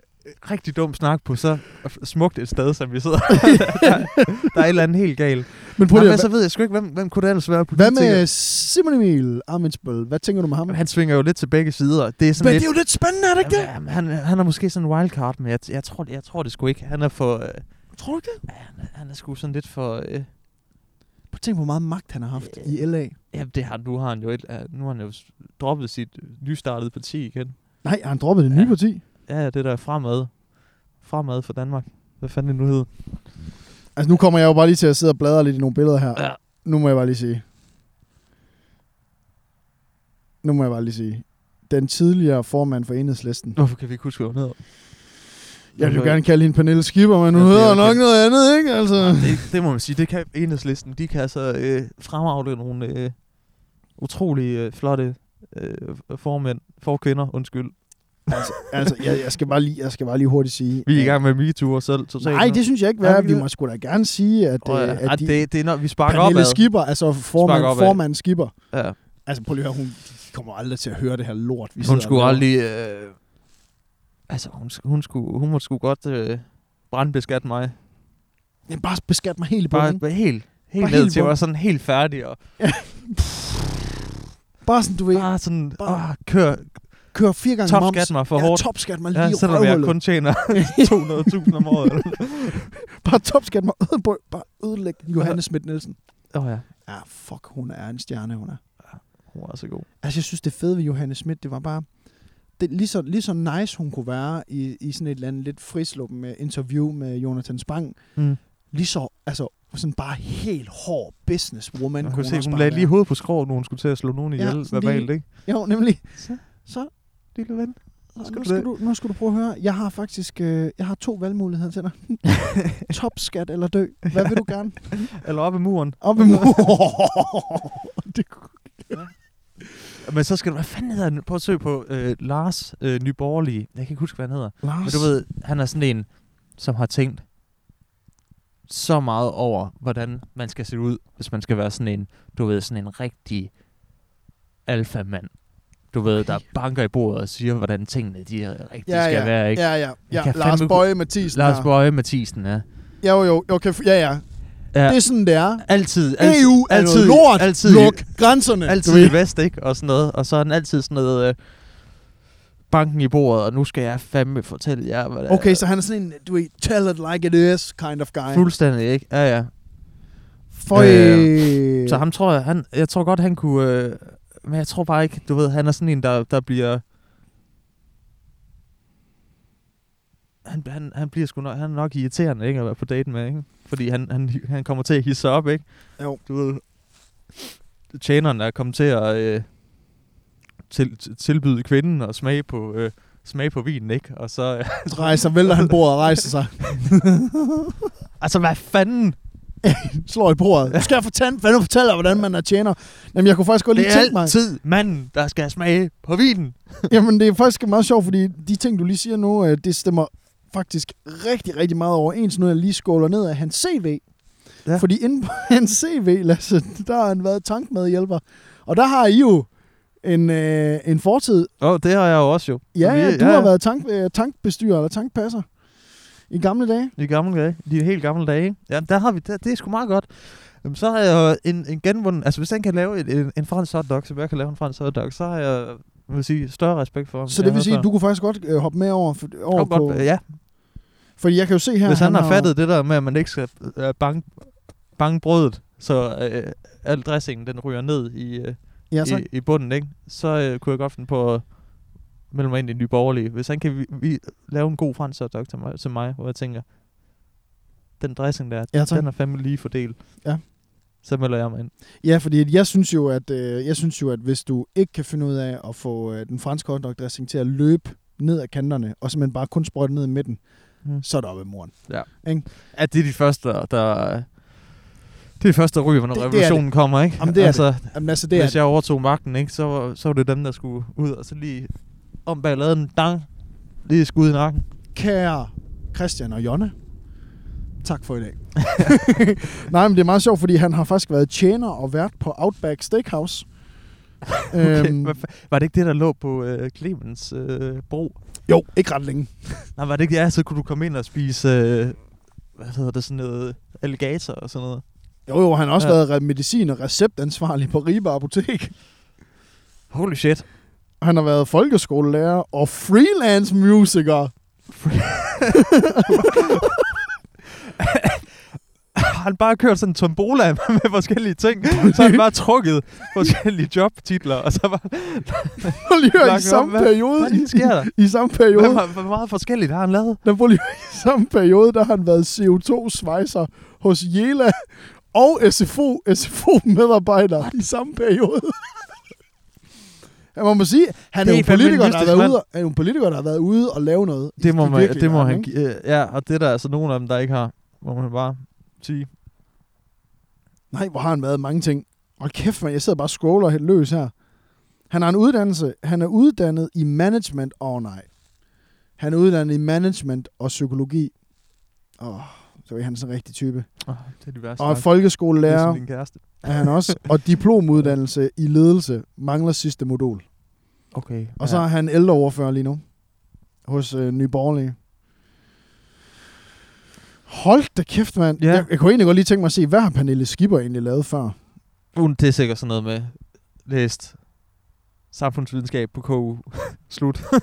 [SPEAKER 2] rigtig dum snak på så smukt et sted, som vi sidder. der, der er et eller andet helt galt.
[SPEAKER 1] Men prøv
[SPEAKER 2] Jamen,
[SPEAKER 1] lige,
[SPEAKER 2] hvad,
[SPEAKER 1] at-
[SPEAKER 2] så ved jeg sgu ikke, hvem, hvem kunne det ellers være?
[SPEAKER 1] altså, hvad
[SPEAKER 2] Politiker.
[SPEAKER 1] med Simon Emil Amensbøl? Hvad tænker du med ham?
[SPEAKER 2] Jamen, Han svinger jo lidt til begge sider. Det er sådan
[SPEAKER 1] Men
[SPEAKER 2] lidt,
[SPEAKER 1] det er jo lidt spændende, er det ikke det?
[SPEAKER 2] Jamen, han, han er måske sådan en wildcard, men jeg, jeg, tror, jeg tror det sgu ikke. Han er for... Øh,
[SPEAKER 1] Tror du ikke det?
[SPEAKER 2] han, er- han er sgu sådan lidt for... Øh,
[SPEAKER 1] Prøv at tænke, hvor meget magt han har haft i LA.
[SPEAKER 2] jamen, det har, nu har han jo et, øh, nu har han jo s- droppet sit øh, nystartede parti igen.
[SPEAKER 1] Nej, har han droppet det nye
[SPEAKER 2] Ja.
[SPEAKER 1] parti?
[SPEAKER 2] Ja, ja, det der fremad. Fremad for Danmark. Hvad fanden det nu hed?
[SPEAKER 1] Altså, nu kommer jeg jo bare lige til at sidde og bladre lidt i nogle billeder her.
[SPEAKER 2] Ja.
[SPEAKER 1] Nu må jeg bare lige sige. Nu må jeg bare lige sige. Den tidligere formand for enhedslisten.
[SPEAKER 2] Hvorfor kan vi ikke huske, hvad hun hedder?
[SPEAKER 1] Jeg vil jo
[SPEAKER 2] Hvorfor-
[SPEAKER 1] gerne kalde hende Pernille Skipper, men nu
[SPEAKER 2] Ja, det er
[SPEAKER 1] hedder hun
[SPEAKER 2] okay.
[SPEAKER 1] nok noget andet, ikke? Altså.
[SPEAKER 2] Det, det må man sige. Det kan enhedslisten. De kan altså øh, fremavle nogle øh, utrolig øh, flotte øh, formænd. For kvinder, undskyld.
[SPEAKER 1] altså, altså jeg, jeg, skal bare lige, jeg skal bare lige hurtigt sige.
[SPEAKER 2] Vi er i gang med MeToo og selv. Totalt
[SPEAKER 1] Nej,
[SPEAKER 2] nu.
[SPEAKER 1] det synes jeg ikke, vi
[SPEAKER 2] Er
[SPEAKER 1] er.
[SPEAKER 2] vi
[SPEAKER 1] Vi
[SPEAKER 2] det?
[SPEAKER 1] må sgu da gerne sige, at,
[SPEAKER 2] Prøv
[SPEAKER 1] øh,
[SPEAKER 2] at-
[SPEAKER 1] at,
[SPEAKER 2] ah,
[SPEAKER 1] de,
[SPEAKER 2] det, det er når vi sparker
[SPEAKER 1] Pernille
[SPEAKER 2] opad.
[SPEAKER 1] Skipper, altså formand,
[SPEAKER 2] Sparker opad.
[SPEAKER 1] formand Skipper.
[SPEAKER 2] Ja.
[SPEAKER 1] Altså prøv lige at høre, hun de kommer aldrig til at høre det her lort. Vi sidder
[SPEAKER 2] Hun
[SPEAKER 1] og
[SPEAKER 2] skulle
[SPEAKER 1] laver.
[SPEAKER 2] aldrig... Øh, altså, hun, sk- hun, skulle, hun måtte sgu godt øh, brandbeskatte mig.
[SPEAKER 1] Jamen, bare beskat mig helt i bunden.
[SPEAKER 2] Bare,
[SPEAKER 1] ikke?
[SPEAKER 2] bare helt, helt
[SPEAKER 1] Bare
[SPEAKER 2] bare ned
[SPEAKER 1] helt
[SPEAKER 2] helt til, jeg
[SPEAKER 1] bund.
[SPEAKER 2] var sådan helt færdig. Og
[SPEAKER 1] Bare sådan, du ved,
[SPEAKER 2] bare sådan,
[SPEAKER 1] Bare-
[SPEAKER 2] bare, åh, kør,
[SPEAKER 1] kør fire gange moms.
[SPEAKER 2] topskat mig for
[SPEAKER 1] ja,
[SPEAKER 2] hårdt.
[SPEAKER 1] topskat mig lige
[SPEAKER 2] Ja,
[SPEAKER 1] i
[SPEAKER 2] selvom jeg
[SPEAKER 1] røvhullet.
[SPEAKER 2] kun tjener 200.000 om året.
[SPEAKER 1] Bare topskat mig. Ødebrø- Bare ødelæg Johanne Schmidt Nielsen.
[SPEAKER 2] Åh oh, ja,
[SPEAKER 1] Ja, fuck, hun er en stjerne, hun er.
[SPEAKER 2] hun var så god.
[SPEAKER 1] Altså, jeg synes, det fede ved Johanne Schmidt, det var bare... Det, lige, så, lige så nice hun kunne være i, i sådan et eller andet lidt frisluppen med interview med Jonathan Spang.
[SPEAKER 2] Mm.
[SPEAKER 1] Lige så, altså, sådan bare helt hård businesswoman.
[SPEAKER 2] Man
[SPEAKER 1] kunne
[SPEAKER 2] kunne se,
[SPEAKER 1] også
[SPEAKER 2] hun
[SPEAKER 1] bare
[SPEAKER 2] lagde
[SPEAKER 1] være.
[SPEAKER 2] lige hovedet på skroget, når hun skulle til at slå nogen
[SPEAKER 1] Ja,
[SPEAKER 2] ihjel
[SPEAKER 1] sådan
[SPEAKER 2] verbalt,
[SPEAKER 1] lige-
[SPEAKER 2] ikke?
[SPEAKER 1] Jo, nemlig.
[SPEAKER 2] Så,
[SPEAKER 1] Så,
[SPEAKER 2] lille ven.
[SPEAKER 1] så
[SPEAKER 2] Skal
[SPEAKER 1] nu,
[SPEAKER 2] du
[SPEAKER 1] skal
[SPEAKER 2] det?
[SPEAKER 1] du, nu skal du prøve at høre. Jeg har faktisk øh, jeg har to valgmuligheder til dig. Topskat eller dø. Hvad vil du gerne?
[SPEAKER 2] Eller op i muren.
[SPEAKER 1] Op imod. det kunne
[SPEAKER 2] Men så skal du... Hvad fanden hedder han? Prøv at søge på øh, Lars øh, Nyborgerlige. Jeg kan ikke huske, hvad han hedder. Men
[SPEAKER 1] Lars.
[SPEAKER 2] du ved, han er sådan en, som har tænkt så meget over, hvordan man skal se ud, hvis man skal være sådan en, du ved, sådan en rigtig alfamand. Du ved,
[SPEAKER 1] Okay.
[SPEAKER 2] der banker i bordet og siger, hvordan tingene de rigtig
[SPEAKER 1] ja,
[SPEAKER 2] skal
[SPEAKER 1] ja.
[SPEAKER 2] være, ikke?
[SPEAKER 1] Ja, ja. ja.
[SPEAKER 2] kan
[SPEAKER 1] Lars
[SPEAKER 2] fandme-
[SPEAKER 1] Bøje Mathisen.
[SPEAKER 2] Lars
[SPEAKER 1] her.
[SPEAKER 2] Bøje Mathisen, ja.
[SPEAKER 1] Ja, jo, jo. Okay, f- ja, ja.
[SPEAKER 2] ja.
[SPEAKER 1] Det er sådan, det er.
[SPEAKER 2] altid, altid,
[SPEAKER 1] EU er
[SPEAKER 2] altid,
[SPEAKER 1] noget lort.
[SPEAKER 2] altid,
[SPEAKER 1] Luk grænserne.
[SPEAKER 2] altid i vest, ikke? Og sådan noget. Og så er han altid sådan noget, øh, banken i bordet, og nu skal jeg fandme fortælle jer, hvad
[SPEAKER 1] Okay, så han er sådan en, du ved, tell it like it is kind of guy.
[SPEAKER 2] Fuldstændig, ikke? Ja, ja.
[SPEAKER 1] For øh,
[SPEAKER 2] Så ham tror jeg, han, jeg tror godt, han kunne... Øh, men jeg tror bare ikke, du ved, han er sådan en, der, der bliver... Han, han, han bliver sgu nok, han er nok irriterende, ikke, at være på date med, ikke? Fordi han, han, han kommer til at hisse sig op, ikke?
[SPEAKER 1] Jo.
[SPEAKER 2] Du ved, tjeneren er kommet til at øh, til, til- tilbyde kvinden at smage på, øh, smage på vinen, ikke? Og så... Øh,
[SPEAKER 1] rejser, vælter han bordet og rejser sig.
[SPEAKER 2] altså, hvad fanden?
[SPEAKER 1] Slår i bordet. Du skal jeg fortælle, hvad du fortæller, hvordan man er tjener. Jamen, jeg kunne faktisk godt lige
[SPEAKER 2] Det er
[SPEAKER 1] tænke mig.
[SPEAKER 2] altid manden, der skal smage på vinen.
[SPEAKER 1] Jamen, det er faktisk meget sjovt, fordi de ting, du lige siger nu, øh, det stemmer faktisk rigtig, rigtig meget overens, nu jeg lige skåler ned af hans CV. Ja.
[SPEAKER 2] Ja.
[SPEAKER 1] Fordi inde på hans CV, Lasse, der har han været tankmedhjælper. Og der har I jo en, øh, en fortid.
[SPEAKER 2] Åh, oh, det har jeg jo også jo.
[SPEAKER 1] Ja,
[SPEAKER 2] Vi-
[SPEAKER 1] ja du har været tank, øh, tankbestyrer eller tankpasser i gamle dage.
[SPEAKER 2] I gamle dage. De helt gamle dage. Ja, der har vi, der, det er sgu meget godt. Jamen, så har jeg jo en, en genvunden... Altså, hvis han kan lave en, en, en fransk hotdog, som jeg kan lave en fransk hotdog, så har jeg jeg vil sige, større respekt for ham.
[SPEAKER 1] Så det vil sige, at du kunne faktisk godt øh, hoppe med over, for, over
[SPEAKER 2] over
[SPEAKER 1] på...
[SPEAKER 2] altså. godt, Ja,
[SPEAKER 1] Fordi jeg kan jo se her...
[SPEAKER 2] hvis han, har
[SPEAKER 1] jo-
[SPEAKER 2] fattet det der med, at man ikke skal øh, bange, bange brødet, så øh, al dressingen, den ryger ned i, øh,
[SPEAKER 1] Ja,
[SPEAKER 2] ja,
[SPEAKER 1] tak.
[SPEAKER 2] i, i bunden, ikke? Så øh, kunne jeg godt finde på at melde mig ind i Nye Borgerlige. Hvis han kan vi, vi, lave en god fransk hotdog til mig, til mig, hvor jeg tænker, den dressing der,
[SPEAKER 1] Ja,
[SPEAKER 2] ja,
[SPEAKER 1] tak.
[SPEAKER 2] den er fandme lige fordelt.
[SPEAKER 1] Ja.
[SPEAKER 2] Så melder jeg mig ind.
[SPEAKER 1] Ja, fordi at jeg synes jo, at øh, jeg synes jo, at hvis du ikke kan finde ud af at få øh, den franske hotdog-dressing til at løbe ned ad kanterne, og simpelthen bare kun sprøjte ned i midten,
[SPEAKER 2] Mm.
[SPEAKER 1] så er der oppe i moren.
[SPEAKER 2] At det er de første, der... der det er de første, der ryger, når
[SPEAKER 1] Det-
[SPEAKER 2] det,
[SPEAKER 1] det er
[SPEAKER 2] revolutionen det. kommer, ikke?
[SPEAKER 1] Jamen, det er
[SPEAKER 2] altså,
[SPEAKER 1] Jamen altså, det
[SPEAKER 2] det
[SPEAKER 1] er,
[SPEAKER 2] hvis jeg overtog magten, ikke, så, var- så var det dem, der skulle ud og så lige om bag laden, dang, lige skud i nakken.
[SPEAKER 1] kære Christian og Jonna, tak for i dag. Nej, men det er meget sjovt, fordi han har faktisk været tjener og vært på Outback Steakhouse.
[SPEAKER 2] Okay,
[SPEAKER 1] Øhm,
[SPEAKER 2] hvad fa- var det ikke det, der lå på øh, Clemens øh, bro?
[SPEAKER 1] Jo, ikke ret længe.
[SPEAKER 2] Nej, var det ikke ja, så kunne du komme ind og spise, øh, hvad hedder det, sådan noget alligator og sådan noget.
[SPEAKER 1] Jo, jo, han har også
[SPEAKER 2] Ja.
[SPEAKER 1] ja. været re- medicin- og receptansvarlig på Ribe Apotek.
[SPEAKER 2] Holy shit.
[SPEAKER 1] Han har været folkeskolelærer og freelance musiker.
[SPEAKER 2] Han bare kørt sådan en tombola med forskellige ting, så har han bare trukket forskellige jobtitler, og så var
[SPEAKER 1] Prøv lige at høre, i
[SPEAKER 2] Lak
[SPEAKER 1] samme
[SPEAKER 2] op, hvad-
[SPEAKER 1] periode.
[SPEAKER 2] hvad er det, der sker der?
[SPEAKER 1] I, i samme periode.
[SPEAKER 2] Hvad, hvor meget forskelligt har han lavet?
[SPEAKER 1] Der bor lige i samme periode, der har han været CO2-svejser hos Jela og SFO, SFO-medarbejder i samme periode. Ja, man må sige, han
[SPEAKER 2] Det
[SPEAKER 1] er,
[SPEAKER 2] er
[SPEAKER 1] jo en
[SPEAKER 2] fandme en
[SPEAKER 1] politiker, der har
[SPEAKER 2] mystisk
[SPEAKER 1] været
[SPEAKER 2] mand.
[SPEAKER 1] ude, og- han er jo en politiker, der har været ude og lave noget. i
[SPEAKER 2] Det må,
[SPEAKER 1] den
[SPEAKER 2] man,
[SPEAKER 1] virkelige
[SPEAKER 2] det må
[SPEAKER 1] verden,
[SPEAKER 2] han
[SPEAKER 1] ikke?
[SPEAKER 2] give. øh, Ja, og det er der altså nogen af dem, der ikke har, må man bare sige.
[SPEAKER 1] Nej, hvor har han været mange ting. Og kæft, man, jeg sidder bare og scroller helt løs her. Han har en uddannelse. Han er uddannet i management. Åh oh, nej. Han er uddannet i management og psykologi. Åh, oh, så er han sådan en rigtig type.
[SPEAKER 2] Oh, det er de værste.
[SPEAKER 1] Og er
[SPEAKER 2] snak. Det er
[SPEAKER 1] folkeskolelærer.
[SPEAKER 2] som din kæreste.
[SPEAKER 1] er han også. Og diplomuddannelse i ledelse mangler sidste modul.
[SPEAKER 2] Okay.
[SPEAKER 1] Og så er han ældreoverfører lige nu hos øh, Nye Borgerlige. Hold da kæft, mand.
[SPEAKER 2] Ja.
[SPEAKER 1] Jeg, jeg kunne egentlig godt lige tænke mig at se, hvad har Pernille Skipper egentlig lavet før?
[SPEAKER 2] Hun, det er sikkert sådan noget med læst samfundsvidenskab på KU. Slut.
[SPEAKER 1] ja,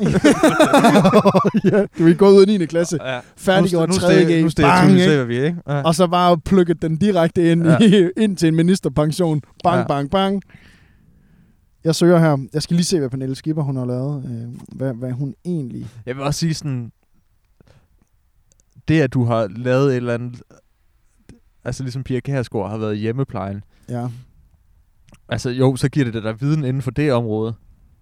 [SPEAKER 1] du er gået ud i 9. klasse,
[SPEAKER 2] Ja.
[SPEAKER 1] færdiggjort
[SPEAKER 2] nu,
[SPEAKER 1] 3.
[SPEAKER 2] nu, steg-
[SPEAKER 1] G,
[SPEAKER 2] nu
[SPEAKER 1] bang, ikke?
[SPEAKER 2] stereotypiserer vi, ikke? Ja.
[SPEAKER 1] Og så bare plukket den direkte ind,
[SPEAKER 2] Ja.
[SPEAKER 1] ja. i, ind til en ministerpension. Bang,
[SPEAKER 2] Ja.
[SPEAKER 1] ja. bang, bang. Jeg søger her. Jeg skal lige se, hvad Pernille Skipper hun har lavet. Øh, hvad, hvad hun egentlig...
[SPEAKER 2] Jeg vil også sige sådan, det at du har lavet et eller andet, altså ligesom Pia Kærsgaard har været i hjemmeplejen,
[SPEAKER 1] Ja.
[SPEAKER 2] altså jo, så giver det dig da viden inden for det område,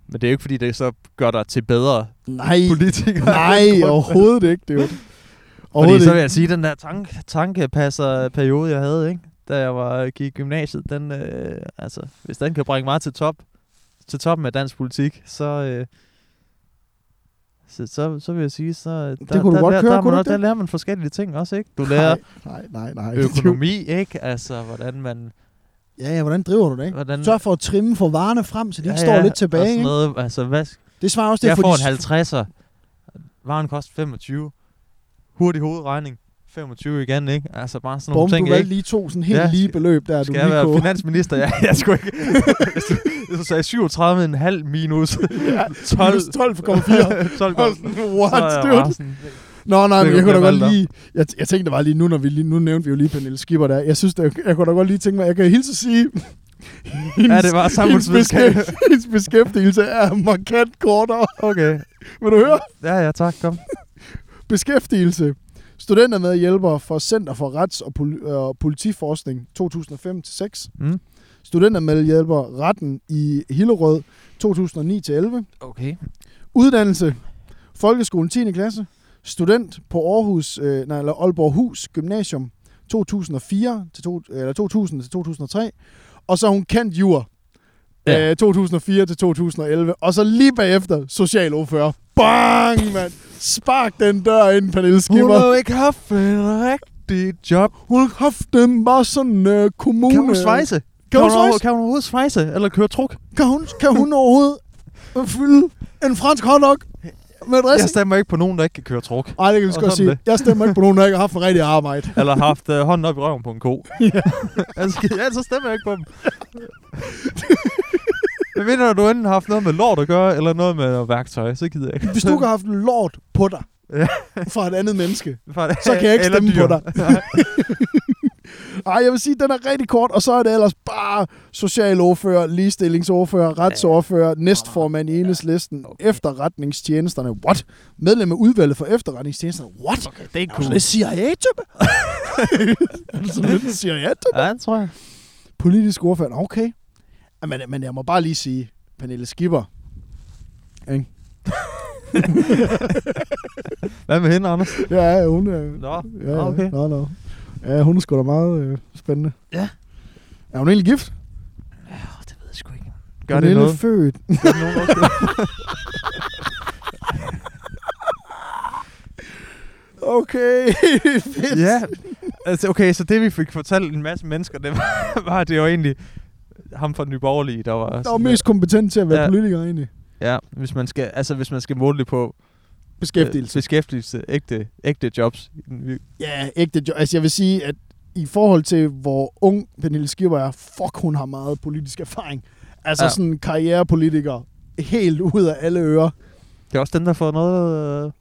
[SPEAKER 2] men det er jo ikke fordi, det så gør dig til bedre
[SPEAKER 1] Nej,
[SPEAKER 2] politiker.
[SPEAKER 1] nej, overhovedet ikke, det er jo...
[SPEAKER 2] Fordi
[SPEAKER 1] Overhovedet
[SPEAKER 2] så vil
[SPEAKER 1] ikke.
[SPEAKER 2] jeg altså sige, at den der tank, tankepasser-periode, jeg havde, ikke? da jeg var, gik i gymnasiet, den, øh, altså, hvis den kan bringe mig til top, til toppen af dansk politik, så, øh, så, så, så vil jeg sige, så øh, der,
[SPEAKER 1] kunne du
[SPEAKER 2] der,
[SPEAKER 1] godt
[SPEAKER 2] der,
[SPEAKER 1] køre,
[SPEAKER 2] der,
[SPEAKER 1] kunne
[SPEAKER 2] man,
[SPEAKER 1] du
[SPEAKER 2] også-
[SPEAKER 1] ikke
[SPEAKER 2] der
[SPEAKER 1] det?
[SPEAKER 2] lærer man forskellige ting også, ikke? Du lærer
[SPEAKER 1] Nej, nej, nej.
[SPEAKER 2] økonomi, ikke? Altså, hvordan man...
[SPEAKER 1] Ja, ja, hvordan driver du det, ikke?
[SPEAKER 2] Hvordan,
[SPEAKER 1] Sørg for at trimme for varerne frem, så de ikke står lidt
[SPEAKER 2] Mm. og
[SPEAKER 1] tilbage.
[SPEAKER 2] sådan
[SPEAKER 1] Ikke?
[SPEAKER 2] noget, altså, hvad,
[SPEAKER 1] Det svarer også
[SPEAKER 2] det
[SPEAKER 1] det,
[SPEAKER 2] jeg
[SPEAKER 1] for de-
[SPEAKER 2] får en 50'er. Varen koster 25. Hurtig hovedregning. 25 igen, ikke? Altså bare sådan
[SPEAKER 1] Bum,
[SPEAKER 2] nogle ting,
[SPEAKER 1] du
[SPEAKER 2] ikke?
[SPEAKER 1] valgte lige to sådan helt
[SPEAKER 2] Ja,
[SPEAKER 1] ja, lige
[SPEAKER 2] skal-
[SPEAKER 1] beløb, der du
[SPEAKER 2] Skal jeg
[SPEAKER 1] lige
[SPEAKER 2] være
[SPEAKER 1] kunne.
[SPEAKER 2] finansminister? Ja, jeg skulle ikke. Hvis du, hvis du sagde 37,5 minus 12.
[SPEAKER 1] Ja,
[SPEAKER 2] 12.
[SPEAKER 1] minus 12,4.
[SPEAKER 2] 12
[SPEAKER 1] Hold
[SPEAKER 2] så
[SPEAKER 1] nu,
[SPEAKER 2] er jeg
[SPEAKER 1] What,
[SPEAKER 2] bare
[SPEAKER 1] dude?
[SPEAKER 2] sådan,
[SPEAKER 1] Nå, nej,
[SPEAKER 2] Det
[SPEAKER 1] men
[SPEAKER 2] kunne
[SPEAKER 1] jeg kunne da
[SPEAKER 2] blive
[SPEAKER 1] godt
[SPEAKER 2] valgt
[SPEAKER 1] lige... Jeg, jeg tænkte bare lige, nu, når vi lige, nu nævnte vi jo lige Pernille Skipper der. Jeg synes, det, jeg kunne da godt lige tænke mig, jeg kan hilse at sige...
[SPEAKER 2] Ja,
[SPEAKER 1] hendes-
[SPEAKER 2] det var
[SPEAKER 1] hendes,
[SPEAKER 2] samfundsvidenskab.
[SPEAKER 1] beskæft- hendes beskæftigelse er markant kortere.
[SPEAKER 2] Okay.
[SPEAKER 1] Vil du høre?
[SPEAKER 2] Ja, ja, tak. Kom.
[SPEAKER 1] Beskæftigelse. Studentermedhjælper for Center for Rets- og Pol- og Politiforskning 2005-6.
[SPEAKER 2] Mm.
[SPEAKER 1] Studentermedhjælper Retten i Hillerød 2009-11.
[SPEAKER 2] Okay.
[SPEAKER 1] Uddannelse. Folkeskolen 10. klasse. Student på Aarhus, øh, nej, eller Aalborg Hus Gymnasium 2004 til to, eller 2000 til 2003. Og så er hun kendt jur.
[SPEAKER 2] Ja.
[SPEAKER 1] Ja. Øh, 2004 til 2011. Og så lige bagefter socialordfører. Bang, mand! Spark den dør ind, Pernille
[SPEAKER 2] Hun
[SPEAKER 1] Skipper.
[SPEAKER 2] har jo ikke haft en rigtig job.
[SPEAKER 1] Hun har haft den bare sådan øh, kommune...
[SPEAKER 2] Kan hun svejse?
[SPEAKER 1] Kan hun
[SPEAKER 2] overho-
[SPEAKER 1] svejse?
[SPEAKER 2] Kan hun overhovedet svejse? Eller køre truk?
[SPEAKER 1] Kan hun, kan hun overhovedet fylde en fransk hotdog med
[SPEAKER 2] Jeg
[SPEAKER 1] dressing?
[SPEAKER 2] stemmer ikke på nogen, der ikke kan køre truk.
[SPEAKER 1] Ej, det kan vi
[SPEAKER 2] Og
[SPEAKER 1] sgu godt
[SPEAKER 2] sådan
[SPEAKER 1] sige. Jeg stemmer ikke på nogen, der ikke har haft en rigtig arbejde.
[SPEAKER 2] Eller har haft øh, hånden op i røven på en ko. altså, ja, så stemmer jeg ikke på dem. Jeg ved, når du enten har haft noget med lort at gøre, eller noget med noget værktøj, så gider jeg ikke.
[SPEAKER 1] Hvis du ikke har haft lort på dig
[SPEAKER 2] Ja.
[SPEAKER 1] fra et andet menneske,
[SPEAKER 2] så
[SPEAKER 1] så kan jeg ikke stemme på dig. Ej, jeg vil sige, den er rigtig kort, og så er det ellers bare socialordfører, ligestillingsordfører, retsordfører, næstformand i enhedslisten,
[SPEAKER 2] Okay.
[SPEAKER 1] efterretningstjenesterne, what? Medlem af udvalget for efterretningstjenesterne, what?
[SPEAKER 2] Okay, det er ikke
[SPEAKER 1] Er du sådan lidt CIA-type? er du sådan lidt CIA-type?
[SPEAKER 2] Ja, det tror jeg.
[SPEAKER 1] Politisk ordfører, nå, okay. Ja, Men, men jeg må bare lige sige, Pernille Skipper, ikke?
[SPEAKER 2] Hvad med hende, Anders?
[SPEAKER 1] Ja, hun er...
[SPEAKER 2] Nå,
[SPEAKER 1] Ja, ja.
[SPEAKER 2] okay.
[SPEAKER 1] Nå, nå. Ja, hun er sgu da meget øh, spændende.
[SPEAKER 2] Ja.
[SPEAKER 1] Er hun egentlig gift?
[SPEAKER 2] Det ved jeg sgu ikke. Gør
[SPEAKER 1] Pernille
[SPEAKER 2] det noget?
[SPEAKER 1] Født.
[SPEAKER 2] Gør det nogen forskel?
[SPEAKER 1] Okay, fedt.
[SPEAKER 2] ja. Altså, okay, så det vi fik fortalt en masse mennesker, det var, var det jo egentlig ham fra Nye Borgerlige, der var...
[SPEAKER 1] Der var
[SPEAKER 2] sådan, øh,
[SPEAKER 1] mest kompetent til at være
[SPEAKER 2] Ja.
[SPEAKER 1] ja. politiker egentlig.
[SPEAKER 2] Ja, hvis man skal, altså, hvis man skal måle det på,
[SPEAKER 1] beskæftigelse.
[SPEAKER 2] Øh, beskæftigelse. Ægte, ægte jobs. i den vir-
[SPEAKER 1] Ja, ægte jo. Altså, jeg vil sige, at i forhold til, hvor ung Pernille Skipper er, fuck, hun har meget politisk erfaring. Altså
[SPEAKER 2] Ja.
[SPEAKER 1] ja. sådan karrierepolitiker, helt ud af alle ører.
[SPEAKER 2] Det er også dem, der får noget øh,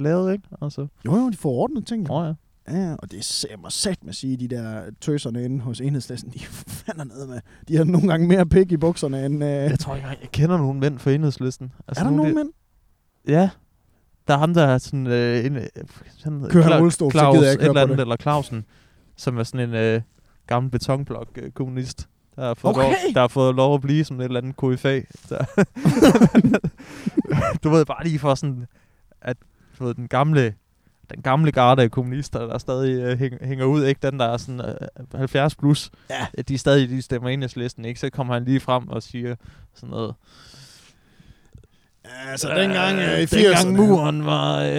[SPEAKER 2] lavet, ikke? Altså,
[SPEAKER 1] Jo, jo, de får ordnet ting.
[SPEAKER 2] nå ja.
[SPEAKER 1] Ja, og det ser mig sat med at sige, de der tøserne inde hos enhedslisten, de fander ned med. De har nogle gange mere pik i bukserne end... Øh...
[SPEAKER 2] Jeg tror ikke, engang, jeg kender nogen mænd fra enhedslisten. Altså,
[SPEAKER 1] er der nogen
[SPEAKER 2] de-
[SPEAKER 1] mænd?
[SPEAKER 2] Ja. Der er ham, der er sådan... Øh, en, øh, han hedder
[SPEAKER 1] Kører han
[SPEAKER 2] Cla-
[SPEAKER 1] rullestol, så
[SPEAKER 2] Claus,
[SPEAKER 1] gider jeg ikke
[SPEAKER 2] et
[SPEAKER 1] høre
[SPEAKER 2] eller
[SPEAKER 1] på
[SPEAKER 2] andet,
[SPEAKER 1] det.
[SPEAKER 2] eller Clausen, som er sådan en øh, gammel betonblok-kommunist, der, har fået
[SPEAKER 1] Okay.
[SPEAKER 2] lov, der har fået lov at blive som et eller andet KFA. Der. du ved, bare lige for sådan, at du ved, den gamle den gamle garde af kommunister, der stadig øh, hæng, hænger ud, ikke? Den, der er sådan øh, 70 plus,
[SPEAKER 1] Ja.
[SPEAKER 2] at de stadig de stemmer enhedslisten, ikke? Så kommer han lige frem og siger sådan noget,
[SPEAKER 1] Altså, dengang øh, i 80'erne.
[SPEAKER 2] dengang muren var... øh,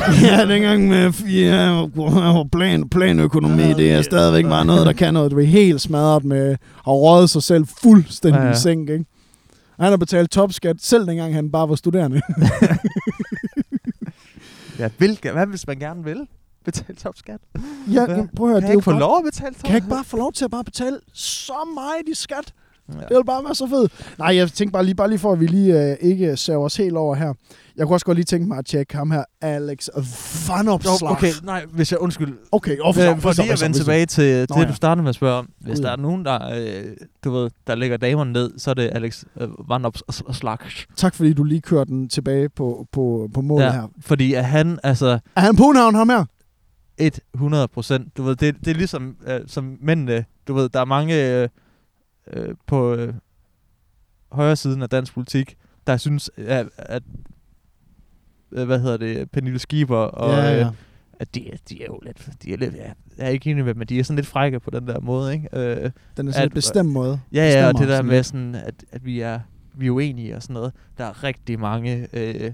[SPEAKER 1] ja, dengang med ja, plan, planøkonomi,
[SPEAKER 2] Ja,
[SPEAKER 1] det er
[SPEAKER 2] ja.
[SPEAKER 1] stadigvæk bare noget, der kan noget. Du er helt smadret med, har røget sig selv fuldstændig
[SPEAKER 2] Ja,
[SPEAKER 1] ja,
[SPEAKER 2] ja.
[SPEAKER 1] ja. i seng, ikke? Han har betalt topskat, selv dengang han bare var studerende.
[SPEAKER 2] ja, hvilke, hvad hvis man gerne vil? Betale topskat?
[SPEAKER 1] ja, ja, prøv at høre, det
[SPEAKER 2] Kan jeg
[SPEAKER 1] er jo
[SPEAKER 2] ikke få
[SPEAKER 1] bare,
[SPEAKER 2] lov at betale
[SPEAKER 1] kan jeg ikke
[SPEAKER 2] topskat?
[SPEAKER 1] bare få lov til at bare betale så meget i skat?
[SPEAKER 2] Ja.
[SPEAKER 1] Det ville bare være så fedt. Nej, jeg tænkte bare lige, bare lige for, at vi lige øh, ikke saver os helt over her. Jeg kunne også godt lige tænke mig at tjekke ham her, Alex Van
[SPEAKER 2] Jo,
[SPEAKER 1] Opslag.
[SPEAKER 2] okay, nej, hvis jeg undskyld.
[SPEAKER 1] okay
[SPEAKER 2] Øh,
[SPEAKER 1] opslag.
[SPEAKER 2] for lige at vende tilbage til
[SPEAKER 1] Nå,
[SPEAKER 2] det,
[SPEAKER 1] ja.
[SPEAKER 2] du startede med at spørge om. Hvis
[SPEAKER 1] Gud,
[SPEAKER 2] der
[SPEAKER 1] ja.
[SPEAKER 2] er nogen, der, øh, du ved, der lægger damerne ned, så er det Alex øh, Vandrup og Slags.
[SPEAKER 1] Tak fordi du lige kørte den tilbage på, på, på målet ja. her.
[SPEAKER 2] Ja, fordi at han, altså,
[SPEAKER 1] Er han punavn ham her?
[SPEAKER 2] 100 procent. Du ved, det, det er ligesom øh, som mændene. Du ved, der er mange øh, øh, på øh, højre siden af dansk politik, der synes, at, at øh, hvad hedder det, Pernille Schieber, og
[SPEAKER 1] ja, ja.
[SPEAKER 2] Øh, at de, er- de er jo lidt, de er lidt, ja, jeg er ikke enig med, men de er sådan lidt frække på den der måde, ikke? Øh,
[SPEAKER 1] Den er sådan
[SPEAKER 2] at-
[SPEAKER 1] en bestemt måde.
[SPEAKER 2] ja, ja, og
[SPEAKER 1] Bestemmer
[SPEAKER 2] det der
[SPEAKER 1] sådan
[SPEAKER 2] med
[SPEAKER 1] lidt.
[SPEAKER 2] sådan, at, at vi er, vi er uenige og sådan noget. Der er rigtig mange, øh, jeg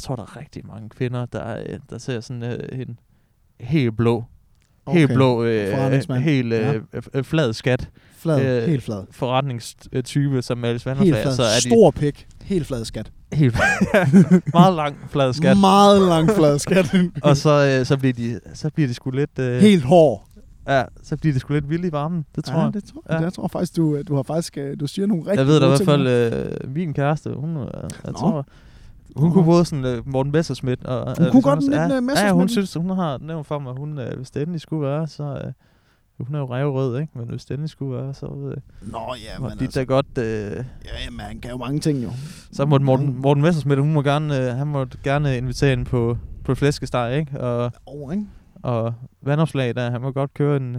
[SPEAKER 2] tror, der er rigtig mange kvinder, der, øh, der ser sådan øh, en helt blå Okay. Helt blå, øh,
[SPEAKER 1] Forretningsmand.
[SPEAKER 2] helt øh,
[SPEAKER 1] Ja.
[SPEAKER 2] øh, øh, flad skat,
[SPEAKER 1] Flad,
[SPEAKER 2] øh,
[SPEAKER 1] helt flad.
[SPEAKER 2] forretningstype som Alice
[SPEAKER 1] Helt
[SPEAKER 2] Vanderfag,
[SPEAKER 1] flad.
[SPEAKER 2] så er de
[SPEAKER 1] Stor pik. Helt flad skat.
[SPEAKER 2] helt meget lang flad skat.
[SPEAKER 1] Meget lang flad skat.
[SPEAKER 2] Og så, øh, så, bliver de, så bliver de sgu lidt, øh,
[SPEAKER 1] helt hård.
[SPEAKER 2] ja, så bliver de sgu lidt vilde i varmen, det tror
[SPEAKER 1] ja,
[SPEAKER 2] jeg.
[SPEAKER 1] det tror jeg.
[SPEAKER 2] Ja.
[SPEAKER 1] Ja. Jeg tror faktisk, du, du har faktisk, øh, du siger nogle rigtig
[SPEAKER 2] Jeg ved da i
[SPEAKER 1] gode
[SPEAKER 2] hvert
[SPEAKER 1] ting
[SPEAKER 2] fald,
[SPEAKER 1] her.
[SPEAKER 2] øh, min kæreste, hun, øh, jeg
[SPEAKER 1] Nå.
[SPEAKER 2] tror, hun
[SPEAKER 1] Nå.
[SPEAKER 2] kunne både sådan øh, Morten Messerschmidt. Og, øh,
[SPEAKER 1] kunne
[SPEAKER 2] hvis
[SPEAKER 1] godt
[SPEAKER 2] også-
[SPEAKER 1] lidt, øh,
[SPEAKER 2] ja, ja, hun
[SPEAKER 1] Messerschmidt.
[SPEAKER 2] synes, hun har nævnt for mig, hun, øh, hvis det endelig skulle være, så... Øh, hun er jo revrød, ikke? Men hvis det endelig skulle være, så øh,
[SPEAKER 1] Nå ja,
[SPEAKER 2] var
[SPEAKER 1] men
[SPEAKER 2] det
[SPEAKER 1] altså,
[SPEAKER 2] da godt... Øh,
[SPEAKER 1] ja, jamen, han kan jo mange ting jo.
[SPEAKER 2] Så måtte Morten,
[SPEAKER 1] Mange-
[SPEAKER 2] Morten Messersmith, hun må gerne, øh, han måtte gerne invitere hende på, på flæskesteg, ikke? Og,
[SPEAKER 1] Over, ikke?
[SPEAKER 2] og vandopslag der, han må godt køre en,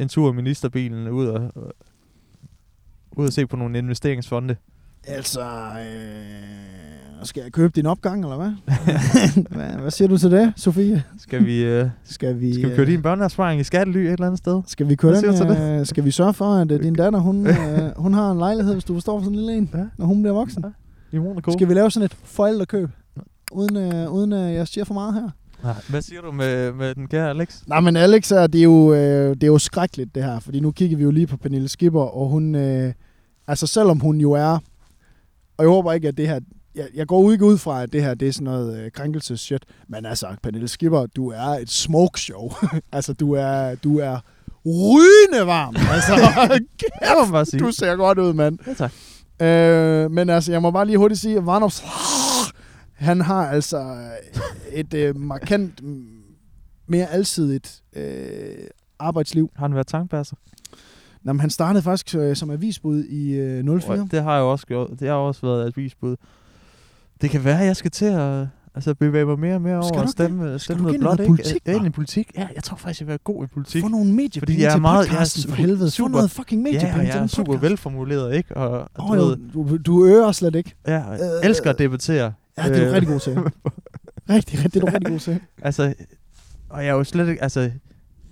[SPEAKER 2] en tur i ministerbilen ud og, og- ud og se på nogle investeringsfonde.
[SPEAKER 1] Altså, øh, skal jeg købe din opgang, eller hvad? hvad? Hvad siger du til det, Sofie?
[SPEAKER 2] Skal vi, øh,
[SPEAKER 1] Skal vi,
[SPEAKER 2] skal vi køre din børneopsparing i skattely et eller andet sted?
[SPEAKER 1] Skal vi køre
[SPEAKER 2] Hvad
[SPEAKER 1] den,
[SPEAKER 2] siger du til
[SPEAKER 1] øh, Skal vi sørge for, at øh, din datter, hun, øh, hun har en lejlighed, hvis du forstår for sådan en lille en,
[SPEAKER 2] Ja.
[SPEAKER 1] når hun bliver voksen?
[SPEAKER 2] Ja, I Monaco?
[SPEAKER 1] Skal vi lave sådan et forældrekøb? Uden, øh, uden øh, jeg siger for meget her.
[SPEAKER 2] Nej. Hvad siger du med, med den kære Alex?
[SPEAKER 1] Nej, men Alex, er, det, er jo, øh, det er jo skrækkeligt det her, fordi nu kigger vi jo lige på Pernille Skipper, og hun, øh, altså selvom hun jo er, og jeg håber ikke, at det her, jeg, jeg går ikke ud fra, at det her, det er sådan noget øh, krænkelseshit, men altså, Pernille Skipper, du er et smokeshow. altså, du er, du er rygende varm. Altså,
[SPEAKER 2] Jeg må bare sige.
[SPEAKER 1] du ser godt ud, mand.
[SPEAKER 2] Ja, tak.
[SPEAKER 1] Øh, men altså, jeg må bare lige hurtigt sige, at Varnavs... Han har altså et øh, markant, mm, mere alsidigt øh, arbejdsliv.
[SPEAKER 2] Har han været tankpasser?
[SPEAKER 1] Nå, men han startede faktisk øh, som avisbud i øh, 04.
[SPEAKER 2] Det har jeg jo også gjort. Det har også været et visbud. Det kan være, at jeg skal til at altså, bevæge mig mere og mere
[SPEAKER 1] Skal du
[SPEAKER 2] over at
[SPEAKER 1] ikke
[SPEAKER 2] stemme,
[SPEAKER 1] Skal
[SPEAKER 2] stemme
[SPEAKER 1] du
[SPEAKER 2] noget
[SPEAKER 1] ikke ind i noget
[SPEAKER 2] blot. Ikke?
[SPEAKER 1] politik,
[SPEAKER 2] ja, ind i
[SPEAKER 1] hva'?
[SPEAKER 2] politik. Ja, jeg tror faktisk, jeg vil være god i politik.
[SPEAKER 1] Få nogle mediepenge
[SPEAKER 2] Fordi jeg er
[SPEAKER 1] til
[SPEAKER 2] meget- jeg er
[SPEAKER 1] podcasten, for
[SPEAKER 2] super-
[SPEAKER 1] helvede.
[SPEAKER 2] super-
[SPEAKER 1] Få noget fucking
[SPEAKER 2] ja, og
[SPEAKER 1] mediepenge til
[SPEAKER 2] jeg er
[SPEAKER 1] den
[SPEAKER 2] super
[SPEAKER 1] podcast.
[SPEAKER 2] velformuleret, ikke? Og, og
[SPEAKER 1] Åh,
[SPEAKER 2] du,
[SPEAKER 1] jo,
[SPEAKER 2] ved,
[SPEAKER 1] du, du øger slet ikke.
[SPEAKER 2] ja, jeg
[SPEAKER 1] Øh,
[SPEAKER 2] elsker at debattere.
[SPEAKER 1] Ja, det er du
[SPEAKER 2] Øh.
[SPEAKER 1] rigtig god til. Rigtig, rigtig, det er du rigtig god til.
[SPEAKER 2] Altså, og jeg er jo slet ikke, altså, jeg